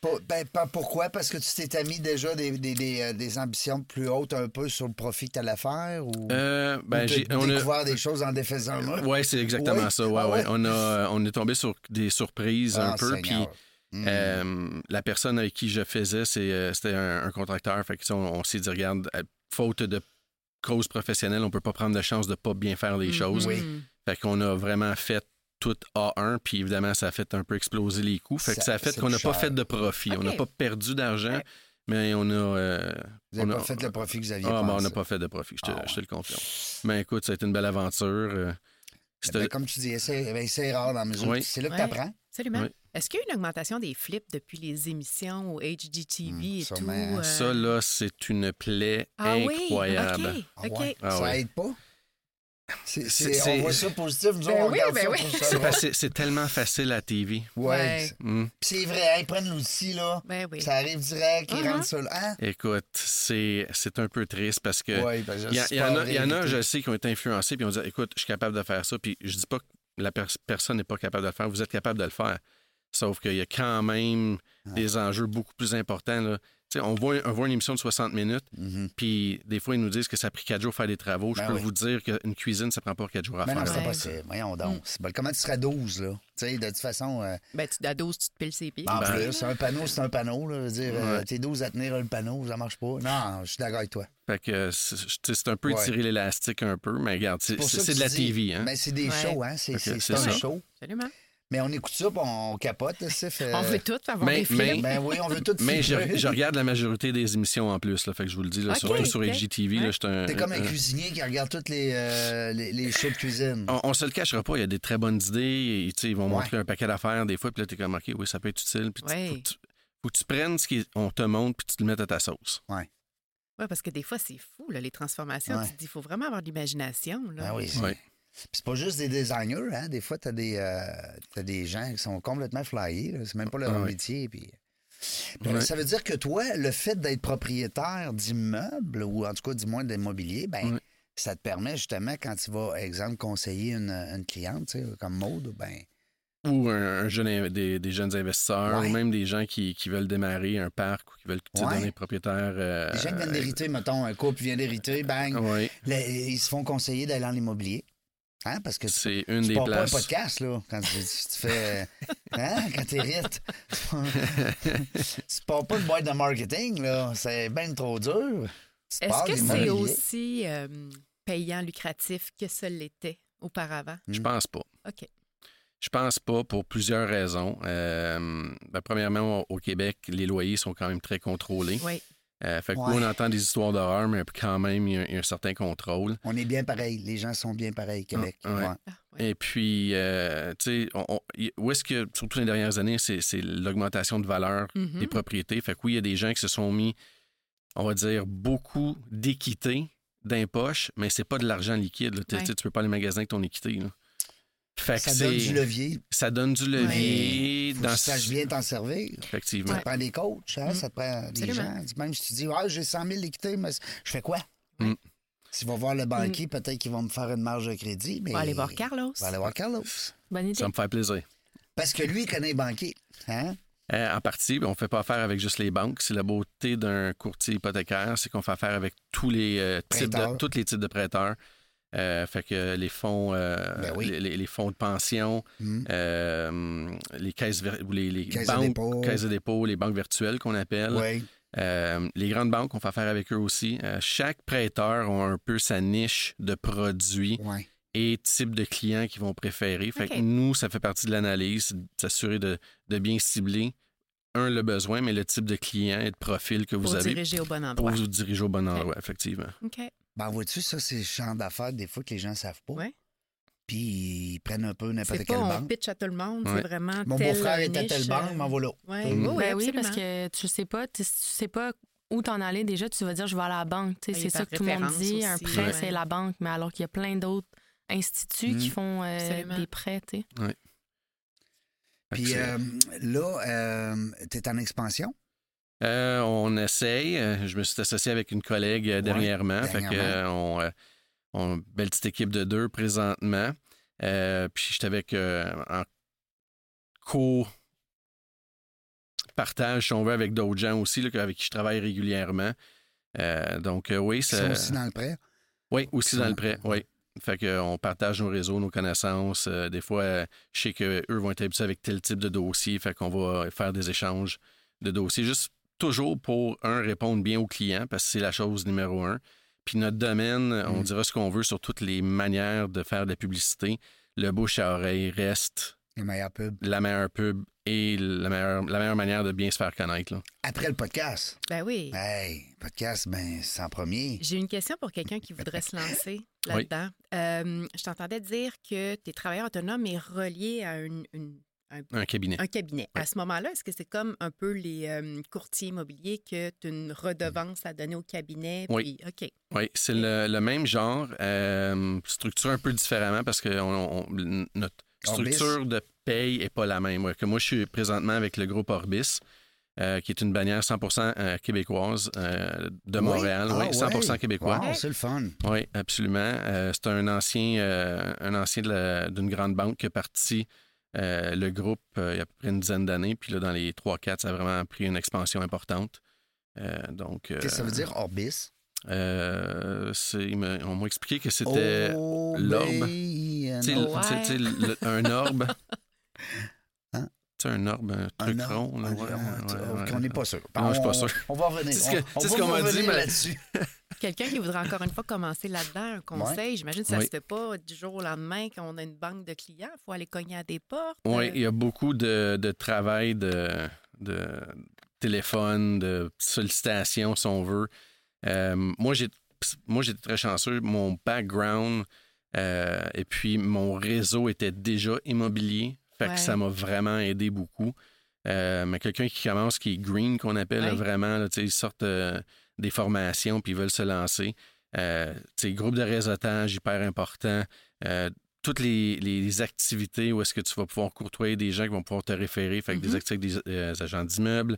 Speaker 1: Pour- ben, pas- pourquoi? Parce que tu t'étais mis déjà des, des- des, euh, des ambitions plus hautes un peu sur le profit que tu allais faire? Ou
Speaker 2: Euh, ben,
Speaker 1: ou t'as
Speaker 2: j'ai, on a, Euh,
Speaker 1: découvert des choses en défaisant un
Speaker 2: ouais, c'est exactement
Speaker 1: Ouais?
Speaker 2: ça. Ouais,
Speaker 1: Ah
Speaker 2: ouais.
Speaker 1: ouais?
Speaker 2: On a, euh, on est tombé sur des surprises
Speaker 1: Ah,
Speaker 2: un peu, puis
Speaker 1: Seigneur. Mm.
Speaker 2: Euh, la personne avec qui je faisais, c'est, euh, c'était un, un contracteur. Fait que, tu sais, on, on s'est dit, regarde, euh, faute de cause professionnelle, on peut pas prendre de chance de pas bien faire les choses.
Speaker 1: Oui.
Speaker 2: Fait qu'on a vraiment fait tout A1, puis évidemment, ça a fait un peu exploser les coûts. Fait que
Speaker 1: Ça-
Speaker 2: ça a fait
Speaker 1: c'est
Speaker 2: qu'on n'a
Speaker 1: plus
Speaker 2: pas
Speaker 1: cher.
Speaker 2: fait de profit. On n'a
Speaker 4: Ok.
Speaker 2: pas perdu d'argent,
Speaker 4: Ouais.
Speaker 2: mais on a. euh,
Speaker 1: vous n'avez
Speaker 2: on
Speaker 1: pas
Speaker 2: a-
Speaker 1: fait le profit que vous aviez
Speaker 2: ah, ben, on
Speaker 1: pensé.
Speaker 2: n'a pas fait de profit, je te,
Speaker 1: Ah ouais.
Speaker 2: je te le confirme. Mais écoute, ça a été une belle aventure. euh,
Speaker 1: Ben,
Speaker 2: c'était-
Speaker 1: comme tu dis, c'est ben, c'est rare dans la mesure.
Speaker 2: Oui.
Speaker 1: C'est là que
Speaker 4: Ouais.
Speaker 1: tu apprends.
Speaker 4: Absolument.
Speaker 2: Oui.
Speaker 4: Est-ce qu'il y a eu une augmentation des flips depuis les émissions au HGTV
Speaker 1: Hmm,
Speaker 4: et tout?
Speaker 1: sûrement, hein.
Speaker 4: euh,
Speaker 2: Ça, là, c'est une plaie
Speaker 4: Ah
Speaker 2: incroyable.
Speaker 4: oui,
Speaker 1: Ah
Speaker 4: OK, OK.
Speaker 1: ouais.
Speaker 2: Ah
Speaker 1: ça
Speaker 2: ouais.
Speaker 1: aide pas. C'est-
Speaker 2: C'est-
Speaker 1: c'est- on
Speaker 2: c'est-
Speaker 1: voit ça positif, nous
Speaker 4: Ben
Speaker 1: autres, on
Speaker 4: oui,
Speaker 1: regarde
Speaker 4: ben
Speaker 1: ça, on
Speaker 4: oui.
Speaker 1: trouve ça
Speaker 2: C'est
Speaker 1: drôle.
Speaker 2: parce que c'est tellement facile à la TV.
Speaker 1: Ouais.
Speaker 4: Ouais.
Speaker 2: Hmm.
Speaker 1: Puis C'est vrai, hein, ils prennent l'outil, là.
Speaker 4: Ben oui.
Speaker 1: Ça arrive direct, ils
Speaker 4: Mhm.
Speaker 1: rentrent ça, là. Hein?
Speaker 2: Écoute, c'est c'est un peu triste parce que
Speaker 1: Ouais, ben, je-
Speaker 2: il y, a-
Speaker 1: c'est
Speaker 2: il y
Speaker 1: pas
Speaker 2: en
Speaker 1: la
Speaker 2: a, il y en a,
Speaker 1: réalité.
Speaker 2: je sais, qui ont été influencés puis ont dit écoute, je suis capable de faire ça. Puis je dis pas que la pers- personne n'est pas capable de le faire, vous êtes capable de le faire. Sauf qu'il y a quand même des enjeux beaucoup plus importants. Là. Tu sais, On, voit, on voit une émission de 60 minutes,
Speaker 1: Mhm.
Speaker 2: puis des fois, ils nous disent que ça a pris 4 jours faire des travaux. Je
Speaker 1: Ben
Speaker 2: peux
Speaker 1: oui.
Speaker 2: vous dire qu'une cuisine, ça prend pas 4 jours à
Speaker 1: Mais Ben non,
Speaker 2: faire.
Speaker 1: c'est
Speaker 4: Ouais.
Speaker 1: pas possible. Voyons
Speaker 4: Mm.
Speaker 1: donc. C'est pas- Comment tu serais 12, là? Tu sais, de toute façon, euh,
Speaker 4: Ben, tu, à 12, tu te piles ses pieds.
Speaker 1: en
Speaker 2: Ben.
Speaker 1: plus, un panneau, c'est un panneau, là. Je veux dire, euh, t'es 12 à tenir un panneau, ça marche pas. Non, je suis d'accord avec toi.
Speaker 2: Fait que c'est- tu sais, c'est un peu
Speaker 1: Ouais.
Speaker 2: étirer l'élastique un peu, mais regarde, c'est
Speaker 1: Pour ça
Speaker 2: c'est-
Speaker 1: que
Speaker 2: c'est de
Speaker 1: tu
Speaker 2: la
Speaker 1: dis-
Speaker 2: TV. Hein?
Speaker 1: Ben, c'est des
Speaker 4: Ouais.
Speaker 1: shows, hein? C'est
Speaker 2: Ok,
Speaker 1: c'est-
Speaker 2: c'est
Speaker 1: c'est un
Speaker 2: ça.
Speaker 1: show.
Speaker 4: Absolument.
Speaker 1: Mais on écoute ça, puis on capote, là, Sif, euh,
Speaker 4: On veut tout avoir
Speaker 2: mais-
Speaker 4: des flips.
Speaker 2: mais-
Speaker 1: Ben oui, on veut tout
Speaker 2: Mais je,
Speaker 1: filmer.
Speaker 2: je regarde la majorité des émissions en plus, là, fait que je vous le dis, là,
Speaker 4: Ok,
Speaker 2: surtout sur
Speaker 4: ok.
Speaker 2: HGTV. là,
Speaker 4: Ouais.
Speaker 2: j'étais un-
Speaker 1: T'es comme un
Speaker 2: un-
Speaker 1: cuisinier qui regarde toutes les, euh, les, les shows de cuisine.
Speaker 2: on, on se le cachera pas, il y a des très bonnes idées, et, tu sais, ils vont
Speaker 1: Ouais.
Speaker 2: montrer un paquet d'affaires des fois, puis là t'es comme ok, oui ça peut être utile, puis tu-
Speaker 4: Ouais.
Speaker 2: faut, que tu, faut que tu prennes ce qu'on te montre puis tu le mettes à ta sauce.
Speaker 4: Oui, parce que des fois, c'est fou, là, les transformations.
Speaker 1: Ouais.
Speaker 4: Tu te dis, il faut vraiment avoir de l'imagination. là.
Speaker 1: Ah oui. c'est-
Speaker 2: Ouais.
Speaker 1: Puis c'est pas juste des designers, hein. Des fois, t'as des, euh, t'as des gens qui sont complètement flyés. là. C'est même pas leur
Speaker 2: Ah ouais.
Speaker 1: métier. Puis... Puis,
Speaker 2: Ouais.
Speaker 1: Ça veut dire que toi, le fait d'être propriétaire d'immeubles, ou en tout cas du moins d'immobilier, ben
Speaker 2: Ouais.
Speaker 1: ça te permet justement, quand tu vas, exemple, conseiller une, une cliente, tu sais, comme Maude, ben
Speaker 2: Ou un, un jeune in- des, des jeunes investisseurs,
Speaker 1: Ouais.
Speaker 2: ou même des gens qui, qui veulent démarrer un parc ou qui veulent tu sais,
Speaker 1: Ouais.
Speaker 2: devenir propriétaire. euh,
Speaker 1: les gens qui viennent d'hériter, mettons, un couple vient d'hériter, bang,
Speaker 2: ouais,
Speaker 1: là, ils se font conseiller d'aller en immobilier. Hein? Parce que tu
Speaker 2: c'est une
Speaker 1: Tu
Speaker 2: des
Speaker 1: pars
Speaker 2: places.
Speaker 1: pas un podcast, là, quand tu, tu- tu fais. Hein, quand t'hérites. tu pars pas une boîte de marketing, là. C'est bien trop dur. Tu
Speaker 4: Est-ce
Speaker 1: pars
Speaker 4: que c'est
Speaker 1: l'immobilier.
Speaker 4: aussi euh, payant, lucratif que ça l'était auparavant?
Speaker 2: Je pense pas.
Speaker 4: OK.
Speaker 2: Je pense pas pour plusieurs raisons. Euh, ben, premièrement, au au Québec, les loyers sont quand même très contrôlés.
Speaker 4: Oui.
Speaker 2: Euh, fait que
Speaker 1: Ouais.
Speaker 2: oui, on entend des histoires d'horreur, mais quand même, il y a, il y a un certain contrôle.
Speaker 1: On est bien pareil. Les gens sont bien pareils, Québec.
Speaker 2: Ah, ouais.
Speaker 1: Ouais.
Speaker 4: Ah, ouais.
Speaker 2: Et puis, euh, tu sais, on- on- y- où est-ce que, surtout les dernières années, c'est c'est l'augmentation de valeur
Speaker 4: Mhm.
Speaker 2: des propriétés. Fait que oui, il y a des gens qui se sont mis, on va dire, beaucoup d'équité d'impoche, mais c'est pas de l'argent liquide. là. Tu
Speaker 4: Ouais.
Speaker 2: sais, Tu peux pas aller au magasin avec ton équité. là. Fait que
Speaker 1: Ça donne
Speaker 2: c'est-
Speaker 1: du levier.
Speaker 2: ça donne du levier.
Speaker 1: Faut que
Speaker 2: dans
Speaker 1: tu saches bien t'en servir.
Speaker 2: Effectivement.
Speaker 1: Ça te prend des coachs, hein, ça te prend des
Speaker 4: Absolument.
Speaker 1: gens. Même si tu dis, ah, j'ai 100 000 d'équité, mais c- je fais quoi?
Speaker 2: Mm.
Speaker 1: Si je vais voir le banquier, peut-être qu'ils vont me faire une marge de crédit. Mais...
Speaker 4: Mm. On va aller voir Carlos.
Speaker 1: On va aller voir Carlos.
Speaker 3: Bonne idée.
Speaker 2: Ça me fait plaisir.
Speaker 1: Parce que lui, il connaît les banquiers. Hein?
Speaker 2: Euh, en partie, on ne fait pas affaire avec juste les banques. C'est la beauté d'un courtier hypothécaire, c'est qu'on fait affaire avec tous les, euh, types
Speaker 1: Prêteurs.
Speaker 2: de, tous les types de prêteurs. Euh, fait que les fonds, euh,
Speaker 1: Ben oui.
Speaker 2: les, les- les fonds de pension,
Speaker 1: Hmm.
Speaker 2: euh, les caisses, ver- ou les, les
Speaker 1: Caisses de
Speaker 2: banques,
Speaker 1: dépôt.
Speaker 2: caisses de dépôt, les banques virtuelles qu'on appelle.
Speaker 1: Oui.
Speaker 2: Euh, les grandes banques, on fait affaire avec eux aussi. Euh, chaque prêteur a un peu sa niche de produits
Speaker 1: Ouais.
Speaker 2: et type de clients qu'ils vont préférer. Fait que
Speaker 4: OK.
Speaker 2: nous, ça fait partie de l'analyse, c'est de s'assurer de, de bien cibler, un, le besoin, mais le type de client et de profil que vous
Speaker 4: pour
Speaker 2: avez
Speaker 4: diriger au bon
Speaker 2: pour
Speaker 4: endroit.
Speaker 2: vous diriger au bon endroit, effectivement.
Speaker 4: OK.
Speaker 1: Ben, vois-tu, ça, c'est le champ d'affaires, des fois, que les gens savent pas.
Speaker 4: Ouais.
Speaker 1: Puis ils prennent un peu n'importe
Speaker 4: C'est
Speaker 1: quelle
Speaker 4: pas on
Speaker 1: banque.
Speaker 4: pitch à tout le monde,
Speaker 2: Ouais.
Speaker 4: c'est vraiment
Speaker 1: Mon
Speaker 4: telle
Speaker 1: beau-frère est à
Speaker 4: niche,
Speaker 1: telle banque,
Speaker 4: euh,
Speaker 1: m'envoie là.
Speaker 4: Ouais.
Speaker 2: Mm.
Speaker 4: Oui, oui,
Speaker 3: Ben oui,
Speaker 4: absolument.
Speaker 3: parce que tu sais pas, tu- si tu sais pas où t'en aller déjà, tu vas dire je vais à la banque. Tu
Speaker 4: Ah,
Speaker 3: sais,
Speaker 4: il
Speaker 3: C'est
Speaker 4: est
Speaker 3: ça
Speaker 4: par
Speaker 3: que tout le monde
Speaker 4: référence
Speaker 3: dit,
Speaker 4: aussi,
Speaker 3: un prêt,
Speaker 4: ouais.
Speaker 3: c'est la banque, mais alors qu'il y a plein d'autres instituts qui
Speaker 1: Mm.
Speaker 3: font euh,
Speaker 4: Absolument.
Speaker 3: des prêts. tu sais.
Speaker 2: Fait que
Speaker 1: Puis
Speaker 2: c'est-
Speaker 1: euh, là, euh, t'es en expansion.
Speaker 2: Euh, on essaye. Euh, Je me suis associé avec une collègue euh, dernièrement. Fait que,
Speaker 1: dernièrement.
Speaker 2: euh, on, euh, on a une belle petite équipe de deux présentement. Euh, puis j'étais avec euh, en co-partage, si on veut, avec d'autres gens aussi, là, avec qui je travaille régulièrement. Euh, donc, euh, oui,
Speaker 1: Ils
Speaker 2: ça.
Speaker 1: sont aussi dans le prêt.
Speaker 2: Oui, aussi
Speaker 1: Ils
Speaker 2: dans
Speaker 1: sont-
Speaker 2: le prêt, oui. Fait qu'on partage nos réseaux, nos connaissances. Euh, des fois, euh, je sais qu'eux vont être habitués avec tel type de dossier. Fait qu'on va euh, faire des échanges de dossiers. Juste toujours pour, un, répondre bien au client, parce que c'est la chose numéro un. Puis notre domaine, on
Speaker 1: Mm.
Speaker 2: dira ce qu'on veut sur toutes les manières de faire de la publicité. Le bouche à oreille reste
Speaker 1: Les meilleurs pubs.
Speaker 2: la meilleure pub et la meilleure, la meilleure manière de bien se faire connaître. là.
Speaker 1: Après le podcast.
Speaker 4: Ben oui.
Speaker 1: Hey, podcast, ben, c'est en premier.
Speaker 4: J'ai une question pour quelqu'un qui voudrait se lancer là-dedans. Euh, je t'entendais dire que tu es travailleur autonome et relié à une- une-
Speaker 2: Un cabinet.
Speaker 4: un cabinet.
Speaker 2: Ouais.
Speaker 4: À ce moment-là, est-ce que c'est comme un peu les euh, courtiers immobiliers que tu as une redevance à donner au cabinet?
Speaker 2: Oui.
Speaker 4: puis- OK.
Speaker 2: Oui, c'est le, le même genre, euh, structure un peu différemment parce que on- on- n- notre
Speaker 1: Orbis.
Speaker 2: structure de paye n'est pas la même. ouais. que moi, je suis présentement avec le groupe Orbis, euh, qui est une bannière 100% euh, québécoise euh, de
Speaker 1: Oui?
Speaker 2: Montréal,
Speaker 1: Ah
Speaker 2: oui, 100%
Speaker 1: ouais.
Speaker 2: québécois.
Speaker 1: Wow, c'est le fun.
Speaker 2: Oui, absolument. Euh, c'est un ancien, euh, un ancien de la- d'une grande banque qui a parti euh, le groupe euh, il y a à peu près une dizaine d'années. Puis là, dans les 3-4, ça a vraiment pris une expansion importante. Euh, donc,
Speaker 1: Qu'est-ce que ça veut
Speaker 2: euh,
Speaker 1: dire, Orbis?
Speaker 2: euh, c'est- ils me- on m'a expliqué que c'était l'orbe.
Speaker 1: Obéi-
Speaker 2: tu sais,
Speaker 1: Oh, non.
Speaker 2: le- tu sais, tu sais, le- un orbe.
Speaker 1: Hein?
Speaker 2: Tu sais, un orbe, un truc
Speaker 1: Un or-
Speaker 2: rond. là,
Speaker 1: un-
Speaker 2: ouais, ouais,
Speaker 1: un-
Speaker 2: ouais, ouais.
Speaker 1: On n'est pas sûr.
Speaker 2: Non, je suis pas
Speaker 1: On-
Speaker 2: sûr.
Speaker 1: On va revenir.
Speaker 2: C'est ce que-
Speaker 1: On- on
Speaker 2: c'est ce
Speaker 1: va
Speaker 2: qu'on m'a dit,
Speaker 1: revenir
Speaker 2: mais-
Speaker 1: là-dessus.
Speaker 4: Quelqu'un qui voudrait encore une fois commencer là-dedans, un conseil, j'imagine que ça ne
Speaker 2: Oui.
Speaker 4: se fait pas du jour au lendemain qu'on a une banque de clients. Il faut aller cogner à des portes.
Speaker 2: Oui,
Speaker 4: Euh,
Speaker 2: il y a beaucoup de, de travail de, de téléphone, de sollicitations, si on veut. Euh, moi, j'ai moi, j'étais très chanceux. Mon background euh, et puis mon réseau était déjà immobilier. Fait
Speaker 4: Ouais.
Speaker 2: que ça m'a vraiment aidé beaucoup. Euh, mais quelqu'un qui commence, qui est green, qu'on appelle
Speaker 4: Ouais.
Speaker 2: là, vraiment, là, tu sais, ils sortent euh, des formations puis ils veulent se lancer. Euh, tu sais, groupe de réseautage hyper important. Euh, toutes les, les- les activités où est-ce que tu vas pouvoir courtoyer des gens qui vont pouvoir te référer. Fait que des
Speaker 4: Mhm.
Speaker 2: activités avec des euh, agents d'immeubles,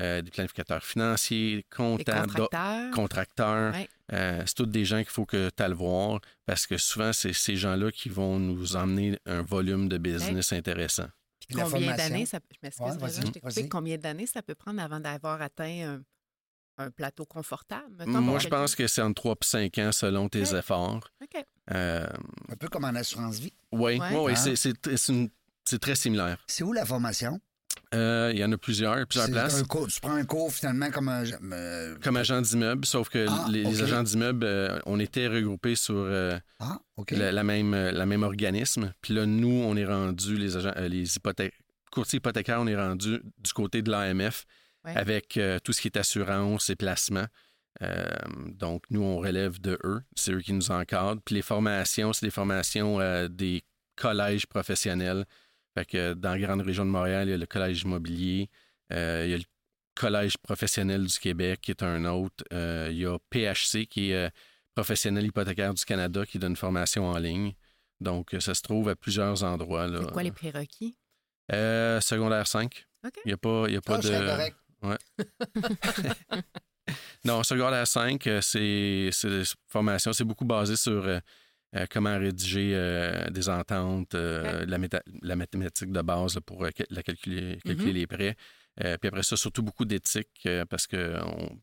Speaker 2: euh, des planificateurs financiers,
Speaker 4: des
Speaker 2: comptables, do-
Speaker 4: contracteurs.
Speaker 2: contracteurs.
Speaker 4: Ouais.
Speaker 2: Euh, c'est toutes des gens qu'il faut que tu ailles voir parce que souvent, c'est ces gens-là qui vont nous emmener un volume de business intéressant.
Speaker 4: Puis
Speaker 1: La
Speaker 4: combien
Speaker 1: formation.
Speaker 4: d'années ça Je m'excuse,
Speaker 1: Ouais,
Speaker 4: Régent,
Speaker 1: vas-y,
Speaker 4: je t'ai coupé.
Speaker 1: vas-y.
Speaker 4: Combien d'années ça peut prendre avant d'avoir atteint un, un plateau confortable? mettons,
Speaker 2: Moi,
Speaker 4: pour
Speaker 2: je
Speaker 4: quelqu'un?
Speaker 2: pense que c'est entre 3 et 5 ans selon tes
Speaker 4: Ouais.
Speaker 2: efforts. Euh,
Speaker 4: OK.
Speaker 1: Un peu comme en assurance vie.
Speaker 2: oui,
Speaker 4: Ouais.
Speaker 1: Hein?
Speaker 2: c'est c'est- c'est une- c'est très similaire.
Speaker 1: C'est où la formation?
Speaker 2: Euh, Il y en a plusieurs, plusieurs
Speaker 1: C'est
Speaker 2: places.
Speaker 1: un cours- tu prends un cours finalement comme un. euh,
Speaker 2: Comme agent d'immeuble, sauf que
Speaker 1: Ah,
Speaker 2: les, les
Speaker 1: ok.
Speaker 2: agents d'immeuble, euh, on était regroupés sur euh,
Speaker 1: Ah, OK.
Speaker 2: la, la même, euh, la même organisme. Puis là, nous, on est rendu, les agents, euh, les hypothé- courtiers hypothécaires, on est rendu du côté de l'AMF
Speaker 4: Ouais.
Speaker 2: avec euh, tout ce qui est assurance et placement. Euh, donc, nous, on relève de eux. C'est eux qui nous encadrent. Puis les formations, c'est des formations euh, des collèges professionnels. Fait que dans la grande région de Montréal, il y a le collège immobilier, euh, il y a le collège professionnel du Québec qui est un autre. Euh, il y a PHC qui est euh, professionnel hypothécaire du Canada qui donne une formation en ligne. Donc, euh, ça se trouve à plusieurs endroits. là.
Speaker 4: C'est quoi les prérequis?
Speaker 2: Euh, secondaire 5.
Speaker 4: OK.
Speaker 2: Il n'y a pas, il y a pas
Speaker 1: Ah, je serais
Speaker 2: de...
Speaker 1: correct.
Speaker 2: Non, secondaire 5, euh, c'est c'est des formations. C'est beaucoup basé sur euh, euh, comment rédiger euh, des ententes, euh, la, méta- la mathématique de base là, pour euh, cal- la calculer, calculer les prêts. Euh, puis après ça, surtout beaucoup d'éthique, euh, parce qu'on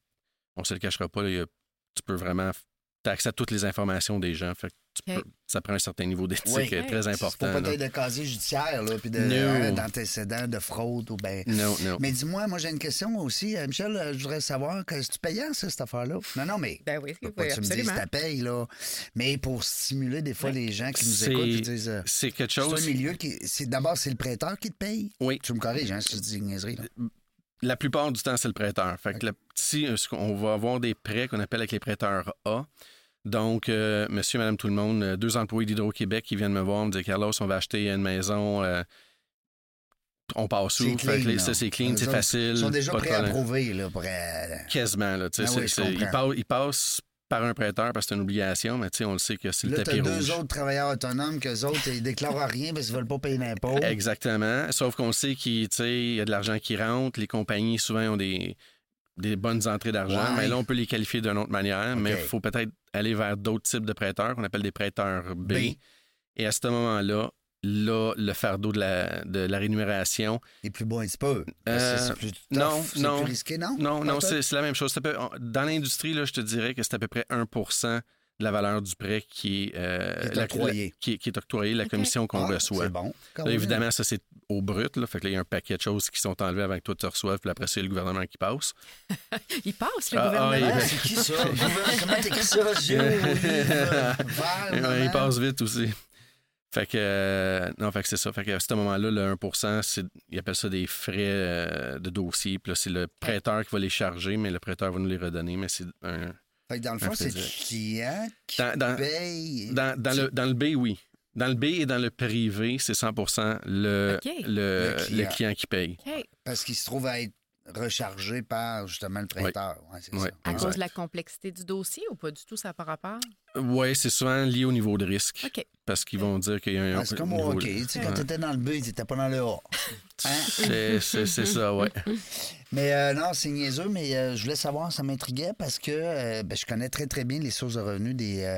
Speaker 2: ne se le cachera pas, là, il y a- tu peux vraiment f- tu as accès à toutes les informations des gens. Fait que tu peux-
Speaker 4: Ok.
Speaker 2: ça prend un certain niveau d'éthique
Speaker 1: Oui.
Speaker 2: euh, très
Speaker 1: C'est
Speaker 2: important.
Speaker 1: pas
Speaker 2: là.
Speaker 1: peut-être de casier judiciaire, là, puis de-
Speaker 2: No.
Speaker 1: euh, d'antécédents de fraude ou ben.
Speaker 2: Non, non.
Speaker 1: Mais dis-moi, moi j'ai une question aussi. Euh, Michel, euh, je voudrais savoir, que c'est payant, ça, cette affaire-là? Non, non, mais.
Speaker 4: Ben oui,
Speaker 1: Faut pas que tu me dises
Speaker 4: absolument.
Speaker 1: ta paye, là. Mais pour stimuler des fois les gens qui nous
Speaker 2: C'est-
Speaker 1: écoutent et disent. euh,
Speaker 2: C'est quelque
Speaker 1: c'est un
Speaker 2: chose.
Speaker 1: milieu qui. c'est- D'abord, c'est le prêteur qui te paye.
Speaker 2: Oui.
Speaker 1: Tu me corriges, hein, si je dis une niaiserie. là.
Speaker 2: La plupart du temps, c'est le prêteur. Fait que la- si euh, ce qu'on- on va avoir des prêts qu'on appelle avec les prêteurs A. Donc, euh, monsieur, madame, tout le monde, euh, deux employés d'Hydro-Québec qui viennent me voir, me disent Carlos, on va acheter une maison. euh, on passe
Speaker 1: C'est
Speaker 2: où? Fait que
Speaker 1: clean,
Speaker 2: les-
Speaker 1: là.
Speaker 2: ça, c'est
Speaker 1: Eux
Speaker 2: clean, c'est
Speaker 1: autres,
Speaker 2: facile.
Speaker 1: Ils sont déjà
Speaker 2: pas de problème.
Speaker 1: préapprouvés, là, pour. euh,
Speaker 2: Quasiment, là. tu sais,
Speaker 1: Ah
Speaker 2: c'est-
Speaker 1: oui, je
Speaker 2: c'est- il,
Speaker 1: comprends.
Speaker 2: passe, il passe par un prêteur parce que c'est une obligation, mais tu sais, on le sait que c'est le
Speaker 1: Là,
Speaker 2: tapis
Speaker 1: t'as deux
Speaker 2: rouge.
Speaker 1: autres travailleurs autonomes qu'eux autres, ils déclarent rien parce qu'ils veulent pas payer d'impôts.
Speaker 2: Exactement. Sauf qu'on sait qu'il tu sais, il y a de l'argent qui rentre. Les compagnies, souvent, ont des, des bonnes entrées d'argent.
Speaker 1: Ouais.
Speaker 2: Mais là, on peut les qualifier d'une autre manière. Mais
Speaker 1: OK.
Speaker 2: il faut peut-être aller vers d'autres types de prêteurs qu'on appelle des prêteurs B.
Speaker 1: B.
Speaker 2: Et à ce moment-là, là, le fardeau de la, de la rémunération.
Speaker 1: Les plus bons un petit peu.
Speaker 2: Euh,
Speaker 1: c'est c'est plus tough,
Speaker 2: non,
Speaker 1: c'est
Speaker 2: non.
Speaker 1: plus risqué, non?
Speaker 2: Non, non,
Speaker 1: Pas
Speaker 2: c'est c'est la même chose. C'est à peu- on- Dans l'industrie, là, je te dirais que c'est à peu près 1 de la valeur du prêt qui est, euh,
Speaker 1: Qui est
Speaker 2: la-
Speaker 1: octroyée.
Speaker 2: la- qui, est- qui est octroyée, la
Speaker 4: OK.
Speaker 2: commission qu'on
Speaker 1: Ah,
Speaker 2: reçoit.
Speaker 1: C'est bon. Quand
Speaker 2: Là,
Speaker 1: même.
Speaker 2: évidemment, ça, c'est au brut. Là. Fait que là, il y a un paquet de choses qui sont enlevées avant que toi, tu te reçoives. Puis après, c'est le gouvernement qui passe.
Speaker 4: Il passe, le
Speaker 2: Ah, ah,
Speaker 4: gouvernement.
Speaker 1: Ah, c'est qui ça? Comment t'écris ça? Yeux, Ah
Speaker 2: Et, ouais, il passe vite aussi. Fait que, euh, non, fait que c'est ça. Fait que à ce moment-là, le 1 c'est- ils appellent ça des frais euh, de dossier. Puis là, c'est le prêteur qui va les charger, mais le prêteur va nous les redonner. Mais c'est un.
Speaker 1: Fait que dans le fond,
Speaker 2: Un
Speaker 1: c'est le
Speaker 2: plaisir.
Speaker 1: client qui
Speaker 2: Dans- dans-
Speaker 1: paye.
Speaker 2: Dans, dans le, dans le B, oui. Dans le B et dans le privé, c'est 100 le,
Speaker 4: OK.
Speaker 2: le,
Speaker 1: Le
Speaker 2: le
Speaker 1: client.
Speaker 2: client. qui paye.
Speaker 4: OK.
Speaker 1: Parce qu'il se trouve à être rechargé par justement le prêteur. Ouais, c'est
Speaker 2: Ouais.
Speaker 4: À
Speaker 2: Ouais.
Speaker 4: cause de la complexité du dossier ou pas du tout, ça par rapport?
Speaker 2: Oui, c'est souvent lié au niveau de risque.
Speaker 4: OK.
Speaker 2: Parce qu'ils vont dire qu'il y a un.
Speaker 1: ça. Ah, c'est comme au
Speaker 2: niveau-
Speaker 1: hockey. Tu sais, quand
Speaker 2: Ouais.
Speaker 1: t'étais dans le but, t'étais pas dans le A. Hein?
Speaker 2: C'est c'est- c'est ça, ouais.
Speaker 1: Mais euh, non, c'est niaiseux, mais euh, je voulais savoir, ça m'intriguait parce que euh, ben, je connais très, très bien les sources de revenus des, euh,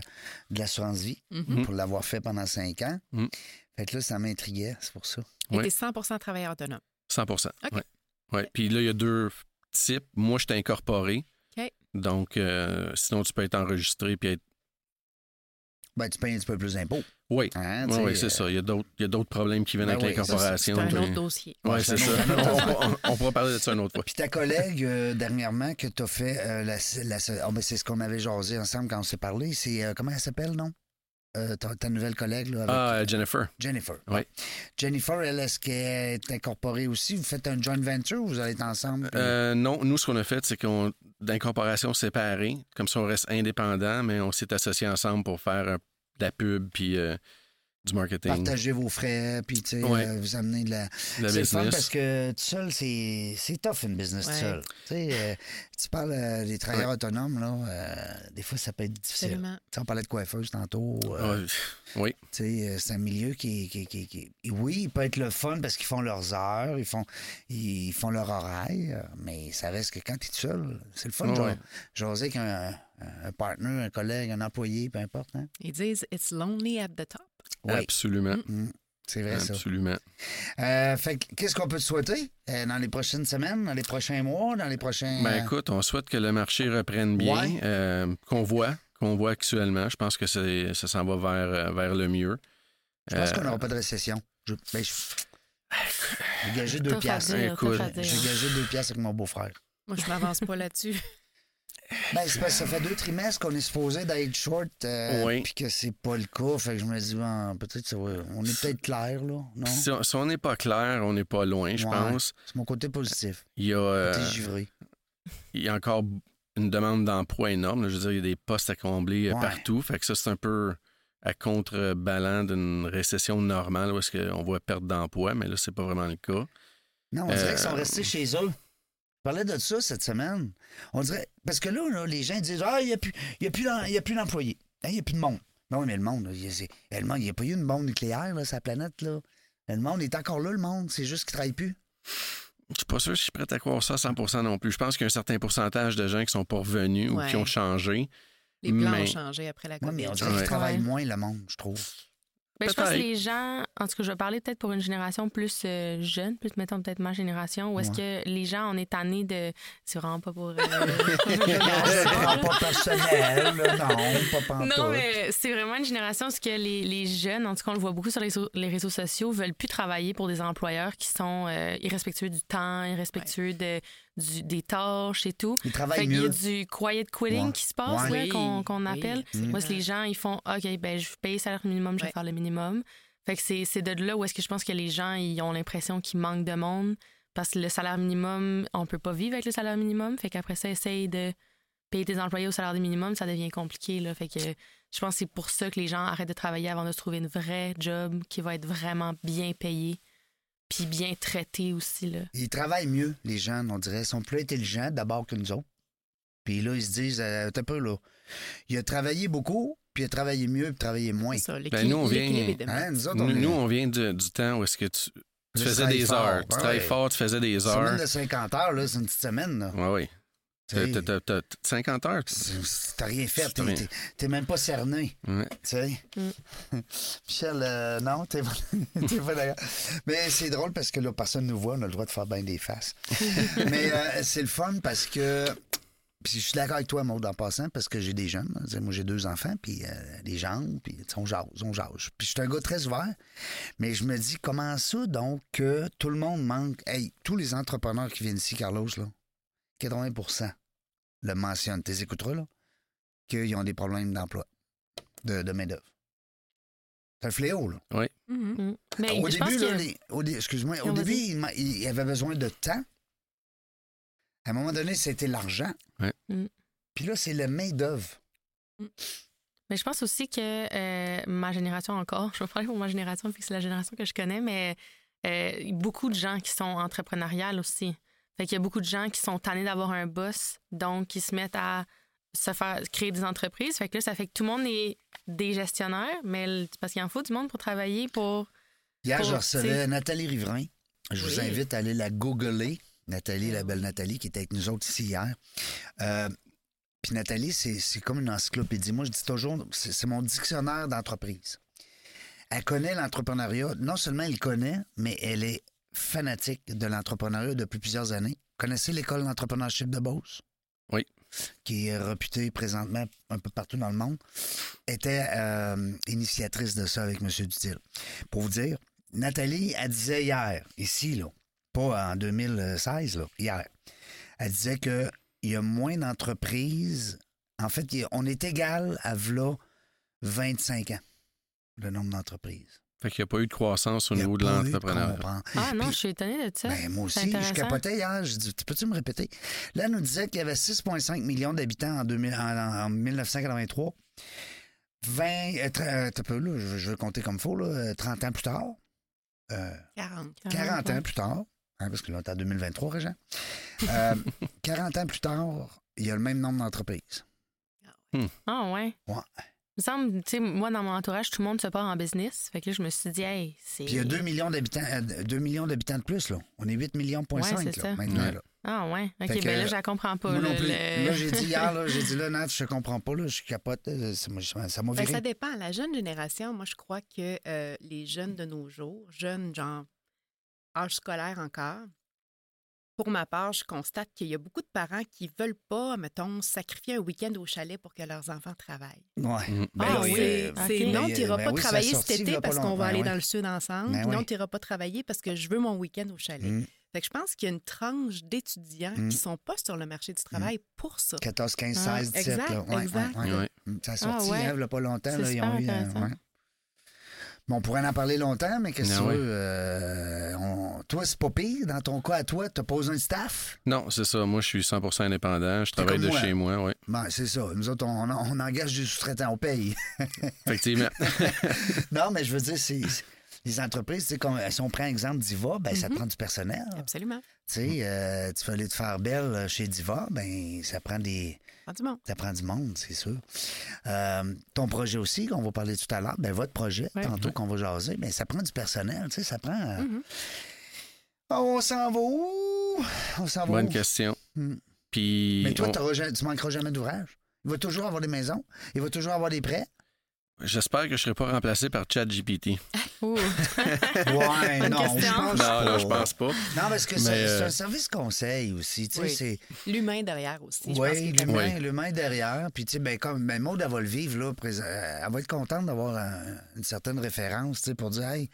Speaker 1: de l'assurance vie
Speaker 4: Mhm.
Speaker 1: pour l'avoir fait pendant cinq ans.
Speaker 2: Mhm.
Speaker 1: Fait que là, ça m'intriguait, c'est pour ça.
Speaker 4: Et
Speaker 2: Ouais.
Speaker 4: t'es 100 travailleur autonome.
Speaker 2: 100
Speaker 4: OK.
Speaker 2: ouais. Ouais. Puis là, il y a deux types. Moi, je t'ai incorporé.
Speaker 4: OK.
Speaker 2: Donc, euh, sinon, tu peux être enregistré puis être.
Speaker 1: Ben, tu payes un petit peu plus d'impôts.
Speaker 2: Oui,
Speaker 1: Hein, tu
Speaker 2: oui,
Speaker 1: sais,
Speaker 2: oui, c'est
Speaker 1: euh,
Speaker 2: ça. Il y a d'autres il y a d'autres problèmes qui viennent
Speaker 1: Ben
Speaker 2: avec
Speaker 1: oui, ça,
Speaker 2: l'incorporation.
Speaker 4: C'est un
Speaker 2: puis-
Speaker 4: autre dossier.
Speaker 2: Ouais,
Speaker 1: C'est
Speaker 2: c'est
Speaker 1: un
Speaker 2: ça. on, on- on pourra parler de ça une autre fois.
Speaker 1: Puis ta collègue, euh, dernièrement, que t'as fait, euh, la, la- oh, ben, c'est ce qu'on avait jasé ensemble quand on s'est parlé, c'est, euh, comment elle s'appelle, non? Euh, ta, ta nouvelle collègue, là, avec
Speaker 2: Ah, euh, Jennifer.
Speaker 1: Jennifer.
Speaker 2: Oui.
Speaker 1: Jennifer, elle, est-ce qu'elle est incorporée aussi? Vous faites un joint venture ou vous allez être ensemble? puis-
Speaker 2: Euh, non, nous, ce qu'on a fait, c'est qu'on d'incorporation séparée, comme ça on reste indépendant, mais on s'est associés ensemble pour faire euh, de la pub puis euh, du marketing,
Speaker 1: Partagez vos frais, puis tu sais,
Speaker 2: Ouais.
Speaker 1: euh, vous amenez de la.
Speaker 2: de la
Speaker 1: c'est le fun parce
Speaker 2: business.
Speaker 1: que tout seul, c'est c'est tough une business tout
Speaker 4: Ouais.
Speaker 1: seul. Tu sais, euh, tu parles euh, des travailleurs autonomes, là, euh, des fois, ça peut être difficile.
Speaker 4: Absolument.
Speaker 1: Tu sais, on parlait de coiffeuse tantôt. euh,
Speaker 2: Ouais. oui,
Speaker 1: tu sais, euh, c'est un milieu qui, qui, qui, qui- et Oui, il peut être le fun parce qu'ils font leurs heures, ils font, ils font leur horaire, mais ça reste que quand tu es tout seul, c'est le fun.
Speaker 2: Ouais.
Speaker 1: genre, J'osais qu'un un partner, un collègue, un employé, peu importe. Hein?
Speaker 4: Ils disent It's lonely at the top.
Speaker 1: Oui,
Speaker 2: absolument.
Speaker 1: c'est vrai ça.
Speaker 2: Absolument.
Speaker 1: Euh, fait que, qu'est-ce qu'on peut te souhaiter euh, dans les prochaines semaines, dans les prochains mois, dans les prochains.
Speaker 2: Ben écoute, on souhaite que le marché reprenne bien,
Speaker 1: Euh. Ouais.
Speaker 2: euh, qu'on voit, qu'on voit actuellement. Je pense que c'est- ça s'en va vers, euh, vers le mieux.
Speaker 1: je pense
Speaker 2: euh,
Speaker 1: qu'on n'aura pas de récession. Je- ben, je- J'ai gagé deux
Speaker 3: Tough à
Speaker 1: piastres.
Speaker 3: dire,
Speaker 2: Écoute,
Speaker 3: tough à dire.
Speaker 1: J'ai gagé deux piastres avec mon beau-frère.
Speaker 4: Moi, je m'avance pas là-dessus.
Speaker 1: Ben, c'est parce que ça fait deux trimestres qu'on est supposé d'être short, euh,
Speaker 2: Oui.
Speaker 1: puis que c'est pas le cas. Fait que je me dis, ben, peut-être ça va- on est peut-être clair, là. Non?
Speaker 2: Si on si on n'est pas clair, on n'est pas loin, je
Speaker 1: Ouais.
Speaker 2: pense.
Speaker 1: C'est mon côté positif.
Speaker 2: Il y a, euh,
Speaker 1: Côté givré.
Speaker 2: il y a encore une demande d'emploi énorme. là. Je veux dire, il y a des postes à combler euh,
Speaker 1: Ouais.
Speaker 2: partout. Fait que ça, c'est un peu à contrebalan d'une récession normale où est-ce qu'on voit perte d'emploi, mais là, c'est pas vraiment le cas.
Speaker 1: Non, on dirait
Speaker 2: euh,
Speaker 1: qu'ils sont restés chez eux. Je parlais de ça cette semaine. On dirait. Parce que là, là, les gens disent Ah, il n'y a plus, il y a plus d'em- il y a plus d'employés. Hein, Il n'y a plus de monde. Ben oui, mais le monde, là, il y a- c'est- eh, le monde, il n'y a pas eu une bombe nucléaire, là, sur la planète, là. Le monde est encore là, le monde. C'est juste qu'il ne travaille plus.
Speaker 2: Je suis pas sûr que je suis prêt à croire ça à 100 non plus. Je pense qu'il y a un certain pourcentage de gens qui sont pas revenus ou qui
Speaker 4: Ouais.
Speaker 2: ont changé.
Speaker 4: Les plans
Speaker 2: Mais-
Speaker 4: ont changé après la
Speaker 1: Oui,
Speaker 4: COVID.
Speaker 1: mais on dirait
Speaker 2: Ouais.
Speaker 1: qu'ils travaillent
Speaker 3: Ouais.
Speaker 1: moins, le monde, je trouve.
Speaker 3: Ben, je pense que les gens, en tout cas, je vais parler peut-être pour une génération plus euh, jeune, plus mettons peut-être ma génération, où est-ce que les gens, on est tannés de. C'est vraiment pas pour. euh,
Speaker 1: pas, pas personnel, là, non, pas pantoute.
Speaker 3: Non, mais c'est vraiment une génération parce que les, les jeunes, en tout cas, on le voit beaucoup sur les, so- les réseaux sociaux, veulent plus travailler pour des employeurs qui sont euh, irrespectueux du temps, irrespectueux de, du- des tâches et tout.
Speaker 1: Ils travaillent
Speaker 3: Fait qu'il y a
Speaker 1: mieux.
Speaker 3: du quiet quitting
Speaker 1: Ouais.
Speaker 3: qui se passe,
Speaker 1: Ouais.
Speaker 3: là, qu'on
Speaker 4: Oui,
Speaker 3: qu'on
Speaker 4: oui,
Speaker 3: appelle.
Speaker 4: absolument.
Speaker 2: Mm.
Speaker 3: Moi, c'est les gens, ils font OK, ben, je paye salaire minimum, je vais
Speaker 4: Mm-hmm. Ouais.
Speaker 3: faire le minimum. Fait que c'est c'est de là où est-ce que je pense que les gens, ils ont l'impression qu'il manque de monde. Parce que le salaire minimum, on peut pas vivre avec le salaire minimum. Fait qu'après ça, essaye de payer tes employés au salaire minimum, ça devient compliqué. Là. Fait que je pense que c'est pour ça que les gens arrêtent de travailler avant de se trouver une vraie job qui va être vraiment bien payée puis bien traitée aussi. Là.
Speaker 1: Ils travaillent mieux, les jeunes, on dirait. Ils sont plus intelligents d'abord que nous autres. Puis là, ils se disent, euh, t'as peu, là. Il a travaillé beaucoup, puis il a travaillé mieux, puis travaillé moins.
Speaker 4: C'est ça, l'équilibre
Speaker 2: Ben, nous, on vient-
Speaker 4: l'équilibre est de
Speaker 1: Hein, nous autres, on
Speaker 2: Nous,
Speaker 1: est-
Speaker 2: nous, on vient du, du temps où est-ce que tu, tu
Speaker 1: Tu
Speaker 2: faisais
Speaker 1: travailles
Speaker 2: des
Speaker 1: fort,
Speaker 2: heures.
Speaker 1: ben
Speaker 2: tu travailles
Speaker 1: ouais.
Speaker 2: fort, tu faisais des heures.
Speaker 1: Semaine de 50 heures, là, c'est une petite semaine, là.
Speaker 2: Oui, oui. T'as-
Speaker 1: T'sais,
Speaker 2: t'as- t'as- t'as 50 heures. tu-
Speaker 1: c'est- T'as rien fait,
Speaker 2: C'est
Speaker 1: t'es-
Speaker 2: rien.
Speaker 1: t'es- t'es même pas cerné,
Speaker 2: Ouais.
Speaker 1: tu sais. Michel, euh, non, t'es pas, t'es pas d'accord. Mais c'est drôle parce que là, personne nous voit, on a le droit de faire bien des faces. Mais euh, c'est le fun parce que. Puis je suis d'accord avec toi, Maud, en passant, parce que j'ai des jeunes. Tu sais, Moi, j'ai deux enfants, puis euh, des jambes, puis tu sais, on jase, on jase. Puis je suis un gars très ouvert, mais je me dis, comment ça, donc, que tout le monde manque... Hey, tous les entrepreneurs qui viennent ici, Carlos, là, 80 le mentionnent. T'es écouteras, là, qu'ils ont des problèmes d'emploi, de, de main-d'œuvre. C'est un fléau, là.
Speaker 2: hein?
Speaker 4: Mhm.
Speaker 3: Mm. Mais
Speaker 1: Au
Speaker 3: je
Speaker 1: début,
Speaker 3: pense que...
Speaker 1: là, les- au dé- excuse-moi, au
Speaker 3: Non,
Speaker 1: début,
Speaker 3: vas-y.
Speaker 1: il, m'a- il avait besoin de temps. À un moment donné, c'était l'argent.
Speaker 2: Ouais.
Speaker 3: Mm.
Speaker 1: Puis là, c'est le main-d'œuvre.
Speaker 3: Mais je pense aussi que euh, ma génération encore, je vais parler pour ma génération, vu que c'est la génération que je connais, mais euh, beaucoup de gens qui sont entrepreneuriales aussi. Fait qu'il y a beaucoup de gens qui sont tannés d'avoir un boss, donc qui se mettent à se faire créer des entreprises. Fait que là, ça fait que tout le monde est des gestionnaires, mais le- parce qu'il en faut du monde pour travailler pour.
Speaker 1: Hier,
Speaker 3: Pour-
Speaker 1: je recevais
Speaker 3: t'sais-
Speaker 1: Nathalie Riverain. Je vous
Speaker 4: Oui.
Speaker 1: invite à aller la googler. Nathalie, la
Speaker 4: Oui.
Speaker 1: belle Nathalie, qui était avec nous autres ici hier. Euh, Puis Nathalie, c'est c'est comme une encyclopédie. Moi, je dis toujours, c'est c'est mon dictionnaire d'entreprise. Elle connaît l'entrepreneuriat. Non seulement elle connaît, mais elle est fanatique de l'entrepreneuriat depuis plusieurs années. Connaissez l'école d'entrepreneurship de Beauce?
Speaker 2: Oui.
Speaker 1: Qui est réputée présentement un peu partout dans le monde. Était euh, initiatrice de ça avec M. Dutil. Pour vous dire, Nathalie, elle disait hier, ici, là, pas en 2016, là, hier, elle disait que il y a moins d'entreprises. En fait, il y a- on est égal à v'là 25 ans, le nombre d'entreprises.
Speaker 2: Fait qu'il n'y a pas eu de croissance au
Speaker 1: Il y a
Speaker 2: niveau de
Speaker 1: pas eu de
Speaker 2: l'entrepreneuriat.
Speaker 1: comprendre.
Speaker 3: Ah non,
Speaker 1: Puis-
Speaker 3: je suis étonnée de ça.
Speaker 1: Ben, moi
Speaker 3: c'est
Speaker 1: aussi, je
Speaker 3: intéressant.
Speaker 1: capotais hier. Je dis, peux-tu me répéter? Là, elle nous disait qu'il y avait 6,5 millions d'habitants en, 2000 en- en 1983. 20, euh, tra- euh, t'as peu, là, je, je veux compter comme faux, là, euh, 30 ans plus tard. euh,
Speaker 4: 40.
Speaker 1: 40 ans plus tard, hein, parce que là, on est en 2023, Régent. euh, 40 ans plus tard, il y a le même nombre d'entreprises.
Speaker 3: Ah ouais.
Speaker 1: Ouais.
Speaker 3: Il me semble, tu sais, moi, dans mon entourage, tout le monde se part en business. Fait que là, je me suis dit, hey, c'est.
Speaker 1: Puis il y a 2 millions d'habitants, euh, 2 millions d'habitants de plus, là. On est 8 millions point
Speaker 3: Ouais,
Speaker 1: 5,
Speaker 3: c'est
Speaker 1: là,
Speaker 3: ça.
Speaker 1: maintenant,
Speaker 2: Ouais.
Speaker 1: là.
Speaker 3: Ah ouais. OK,
Speaker 1: Fait que,
Speaker 3: ben là, je la comprends pas.
Speaker 1: Moi non
Speaker 3: le-
Speaker 1: plus.
Speaker 3: le-
Speaker 1: Là, j'ai dit hier, là, j'ai dit là, Nat, je comprends pas, là, je capote, euh, ça m'a- ça m'a
Speaker 4: Ben,
Speaker 1: viré.
Speaker 4: ça dépend. La jeune génération, moi, je crois que euh, les jeunes de nos jours, jeunes, genre, âge scolaire encore, pour ma part, je constate qu'il y a beaucoup de parents qui veulent pas, mettons, sacrifier un week-end au chalet pour que leurs enfants travaillent.
Speaker 1: Ouais.
Speaker 2: Mhm.
Speaker 1: Ben
Speaker 4: Ah,
Speaker 1: oui,
Speaker 4: c'est
Speaker 1: euh,
Speaker 4: c'est
Speaker 1: ok. Ben,
Speaker 4: non, tu n'iras
Speaker 1: ben
Speaker 4: pas
Speaker 1: oui, ça
Speaker 4: travailler
Speaker 1: sortit, il
Speaker 4: cet
Speaker 1: y
Speaker 4: été
Speaker 1: a pas
Speaker 4: parce qu'on
Speaker 1: longtemps,
Speaker 4: va aller
Speaker 1: ouais.
Speaker 4: dans le sud ensemble.
Speaker 1: Ben
Speaker 4: puis Non,
Speaker 1: oui.
Speaker 4: tu n'iras pas travailler parce que je veux mon week-end au chalet.
Speaker 1: Mhm.
Speaker 4: Fait que je pense qu'il y a une tranche d'étudiants
Speaker 1: Mm.
Speaker 4: qui sont pas sur le marché du travail pour ça.
Speaker 1: 14, 15,
Speaker 3: Ah,
Speaker 1: 16, 17.
Speaker 4: exact,
Speaker 1: là. Ouais, ouais,
Speaker 4: exact.
Speaker 1: ouais.
Speaker 2: Ouais.
Speaker 1: Ça a sorti,
Speaker 3: Ah ouais.
Speaker 1: hein, il y a pas longtemps.
Speaker 3: C'est
Speaker 1: Là, ils
Speaker 3: super
Speaker 1: ont eu, euh,
Speaker 3: intéressant.
Speaker 1: ouais. Bon, on pourrait en parler longtemps, mais qu'est-ce que
Speaker 2: Ah
Speaker 1: tu
Speaker 2: ouais.
Speaker 1: veux? euh, on- Toi, c'est pas pire. Dans ton cas, à toi, t'as pas besoin de staff?
Speaker 2: Non, c'est ça. Moi, je suis 100 indépendant. Je travaille
Speaker 1: comme
Speaker 2: de
Speaker 1: moi.
Speaker 2: chez moi, oui.
Speaker 1: Ben, c'est ça. Nous autres, on, on engage des sous-traitants, on paye.
Speaker 2: Effectivement.
Speaker 1: non, mais je veux dire, c'est... c'est- Les entreprises, tu sais, comme- si on prend exemple d'Iva, ben, ça
Speaker 3: Mm-hmm.
Speaker 4: Mhm.
Speaker 1: prend du personnel.
Speaker 4: Absolument.
Speaker 1: Tu sais, euh, tu veux aller te faire belle euh, chez Diva, ben ça prend des,
Speaker 4: Prends du monde.
Speaker 1: ça prend du monde, c'est sûr. Euh, ton projet aussi, qu'on va parler tout à l'heure, ben votre projet,
Speaker 3: Ouais. Mm-hmm.
Speaker 1: tantôt qu'on va jaser, mais ça prend du personnel, tu sais, ça prend. euh, On s'en va où? On s'en va
Speaker 2: Bonne
Speaker 1: où?
Speaker 2: question.
Speaker 1: Mm.
Speaker 2: Puis,
Speaker 1: Mais toi,
Speaker 2: on-
Speaker 1: t'auras ja- tu manqueras jamais d'ouvrage. Il va toujours avoir des maisons, il va toujours avoir des prêts.
Speaker 2: J'espère que je ne serai pas remplacé par ChatGPT.
Speaker 3: Ouh.
Speaker 1: Ouais,
Speaker 3: Bonne
Speaker 1: non, je
Speaker 3: question.
Speaker 1: pense
Speaker 2: Non,
Speaker 1: pas.
Speaker 2: non, je pense pas.
Speaker 1: Non, parce que
Speaker 2: Mais,
Speaker 1: c'est c'est
Speaker 2: euh,
Speaker 1: un service conseil aussi. Tu sais,
Speaker 4: Oui.
Speaker 1: c'est.
Speaker 4: L'humain derrière aussi. je pense
Speaker 1: Oui,
Speaker 4: qu'il est comme-
Speaker 1: l'humain, l'humain est derrière. Puis, tu sais, ben, comme ben, Maud, elle va le vivre, là, présent- euh, elle va être contente d'avoir un- une certaine référence, tu sais, pour dire, hey,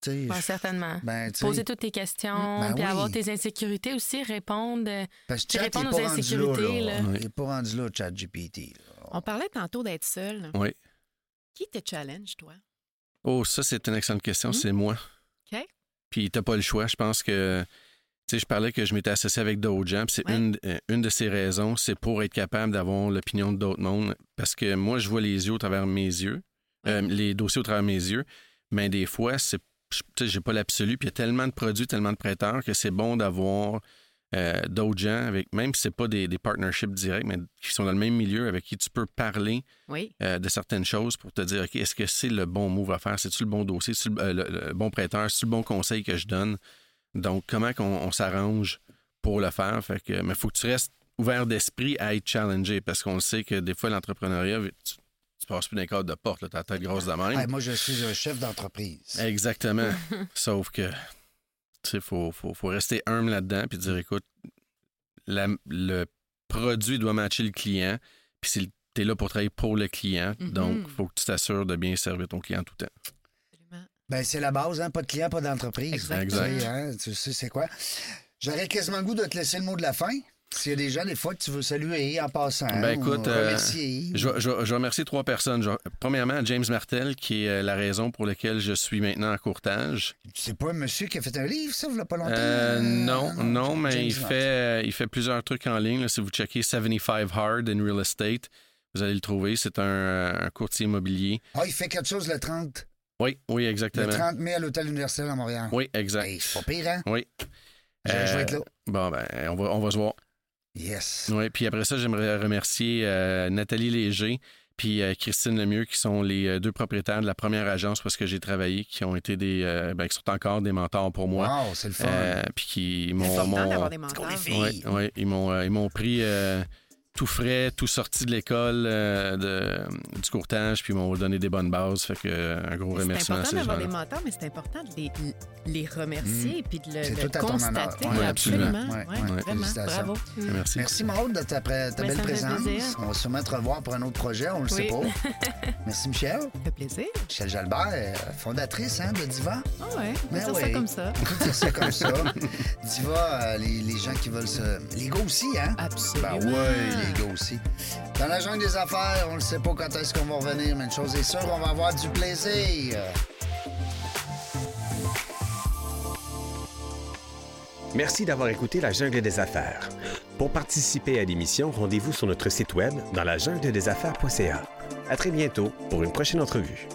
Speaker 1: tu sais,
Speaker 3: Ouais,
Speaker 1: je-
Speaker 3: certainement.
Speaker 1: ben, tu sais,
Speaker 3: Poser toutes tes questions,
Speaker 1: Ben
Speaker 3: puis
Speaker 1: oui.
Speaker 3: avoir tes insécurités aussi, répondre. euh,
Speaker 1: parce que
Speaker 3: tu
Speaker 1: Chat,
Speaker 3: réponds
Speaker 1: il est
Speaker 3: aux
Speaker 1: pas rendu
Speaker 3: insécurités,
Speaker 1: là, là.
Speaker 3: là.
Speaker 2: Oui.
Speaker 1: Il est pas rendu là, Chat GPT.
Speaker 4: On parlait tantôt d'être seul.
Speaker 2: Oui.
Speaker 4: Qui te challenge, toi?
Speaker 2: Oh, ça, c'est une excellente question.
Speaker 4: Hmm?
Speaker 2: C'est moi.
Speaker 4: OK.
Speaker 2: Puis t'as pas le choix. Je pense que, tu sais, je parlais que je m'étais associé avec d'autres gens. Puis c'est
Speaker 4: Ouais.
Speaker 2: une, euh, une de ces raisons, c'est pour être capable d'avoir l'opinion de d'autres mondes. Parce que moi, je vois les yeux au travers de mes yeux, euh, les dossiers au travers de mes yeux. Mais des fois, c'est, je- tu sais, j'ai pas l'absolu. Puis il y a tellement de produits, tellement de prêteurs que c'est bon d'avoir euh, d'autres gens avec, même si c'est pas des, des partnerships directs, mais qui sont dans le même milieu, avec qui tu peux parler
Speaker 4: Oui.
Speaker 2: euh, de certaines choses pour te dire, OK, est-ce que c'est le bon move à faire? C'est-tu le bon dossier? C'est-tu le, euh, le- le bon prêteur? C'est-tu le bon conseil que je donne? Donc, comment qu'on on s'arrange pour le faire? Fait que, mais il faut que tu restes ouvert d'esprit à être challengé parce qu'on le sait que des fois, l'entrepreneuriat, tu, tu passes plus d'un cadre de porte, là, t'as la tête grosse de
Speaker 3: Ah.
Speaker 2: même.
Speaker 1: Hey, moi, je suis un chef d'entreprise.
Speaker 2: Exactement. Sauf que, tu sais, faut, faut, faut rester humble là-dedans puis dire, écoute, la- le produit doit matcher le client, puis c'est tu es là pour travailler pour le client,
Speaker 4: Mhm.
Speaker 2: donc faut que tu t'assures de bien servir ton client tout le temps.
Speaker 4: Absolument.
Speaker 1: Ben, c'est la base, hein? Pas de client, pas d'entreprise.
Speaker 4: Exact.
Speaker 2: Exact.
Speaker 1: Tu sais, hein, Tu sais, c'est quoi? J'aurais quasiment le goût de te laisser le mot de la fin. S'il y a des gens, des fois, que tu veux saluer en passant.
Speaker 2: Ben,
Speaker 1: ou
Speaker 2: écoute, euh,
Speaker 1: remercier.
Speaker 2: Je, vais- je vais- je vais remercier trois personnes. Je vais- premièrement, James Martel, qui est euh, la raison pour laquelle je suis maintenant en courtage.
Speaker 1: C'est pas un monsieur qui a fait un livre, ça, il y a pas longtemps?
Speaker 2: Euh, non,
Speaker 1: Ah,
Speaker 2: non, mais il
Speaker 1: James
Speaker 2: fait, euh, il fait plusieurs trucs en ligne. là. si vous checkez 75 Hard in Real Estate, vous allez le trouver. C'est un, euh, un courtier immobilier.
Speaker 1: Ah, il fait quelque chose le 30,
Speaker 2: Oui, oui, exactement.
Speaker 1: le 30 mai à l'Hôtel Universel à Montréal.
Speaker 2: Oui, exact. Euh,
Speaker 1: Hey, c'est pas pire, hein?
Speaker 2: Oui.
Speaker 1: Je, je vais être là.
Speaker 2: Bon, ben, on va, on va se voir.
Speaker 1: Yes.
Speaker 2: Oui, puis après ça, j'aimerais remercier euh, Nathalie Léger puis euh, Christine Lemieux, qui sont les euh, deux propriétaires de la première agence parce que j'ai travaillé, qui ont été des. euh, ben, qui sont encore des mentors pour moi.
Speaker 1: Wow, c'est le fun.
Speaker 2: Euh, puis qui m'ont.
Speaker 4: C'est important
Speaker 2: m'ont-
Speaker 4: d'avoir des mentors.
Speaker 1: qu'on est filles.
Speaker 2: Ouais, ouais, ils m'ont euh, ils m'ont pris euh, tout frais, tout sorti de l'école euh, de- du courtage, puis ils m'ont donné des bonnes bases. Fait que euh, un gros
Speaker 4: C'est
Speaker 2: remerciement à
Speaker 4: important
Speaker 2: ces
Speaker 4: d'avoir
Speaker 2: gens.
Speaker 4: des mentors, mais c'est important de les, les remercier et puis de le,
Speaker 1: Mm. C'est
Speaker 4: le
Speaker 1: tout à ton
Speaker 4: constater.
Speaker 1: honneur.
Speaker 2: Ouais,
Speaker 4: absolument.
Speaker 1: absolument. Ouais,
Speaker 4: Ouais,
Speaker 1: ouais.
Speaker 4: Vraiment.
Speaker 1: Félicitations.
Speaker 4: Bravo.
Speaker 2: Merci.
Speaker 1: Merci, Maude, de ta, pré- ta
Speaker 3: Ben,
Speaker 1: belle
Speaker 3: ça me fait
Speaker 1: présence.
Speaker 3: plaisir.
Speaker 1: On va sûrement te revoir pour un autre projet, on le sait
Speaker 3: Oui.
Speaker 1: pas. Merci, Michel.
Speaker 4: Ça fait plaisir.
Speaker 1: Michel Jalbert, euh, fondatrice hein, de Diva.
Speaker 4: Ah ouais, on
Speaker 1: Ben
Speaker 4: va dire
Speaker 1: oui.
Speaker 4: ça comme ça.
Speaker 1: On peut dire ça comme ça. Diva, euh, les, les gens qui veulent se. Les gars aussi, hein?
Speaker 4: Absolument.
Speaker 1: Ben ouais, les gars aussi. Dans la jungle des affaires, on ne sait pas quand est-ce qu'on va revenir, mais une chose est sûre, on va avoir du plaisir.
Speaker 5: Merci d'avoir écouté La Jungle des Affaires. Pour participer à l'émission, rendez-vous sur notre site web dans la jungle des affaires.ca. À très bientôt pour une prochaine entrevue.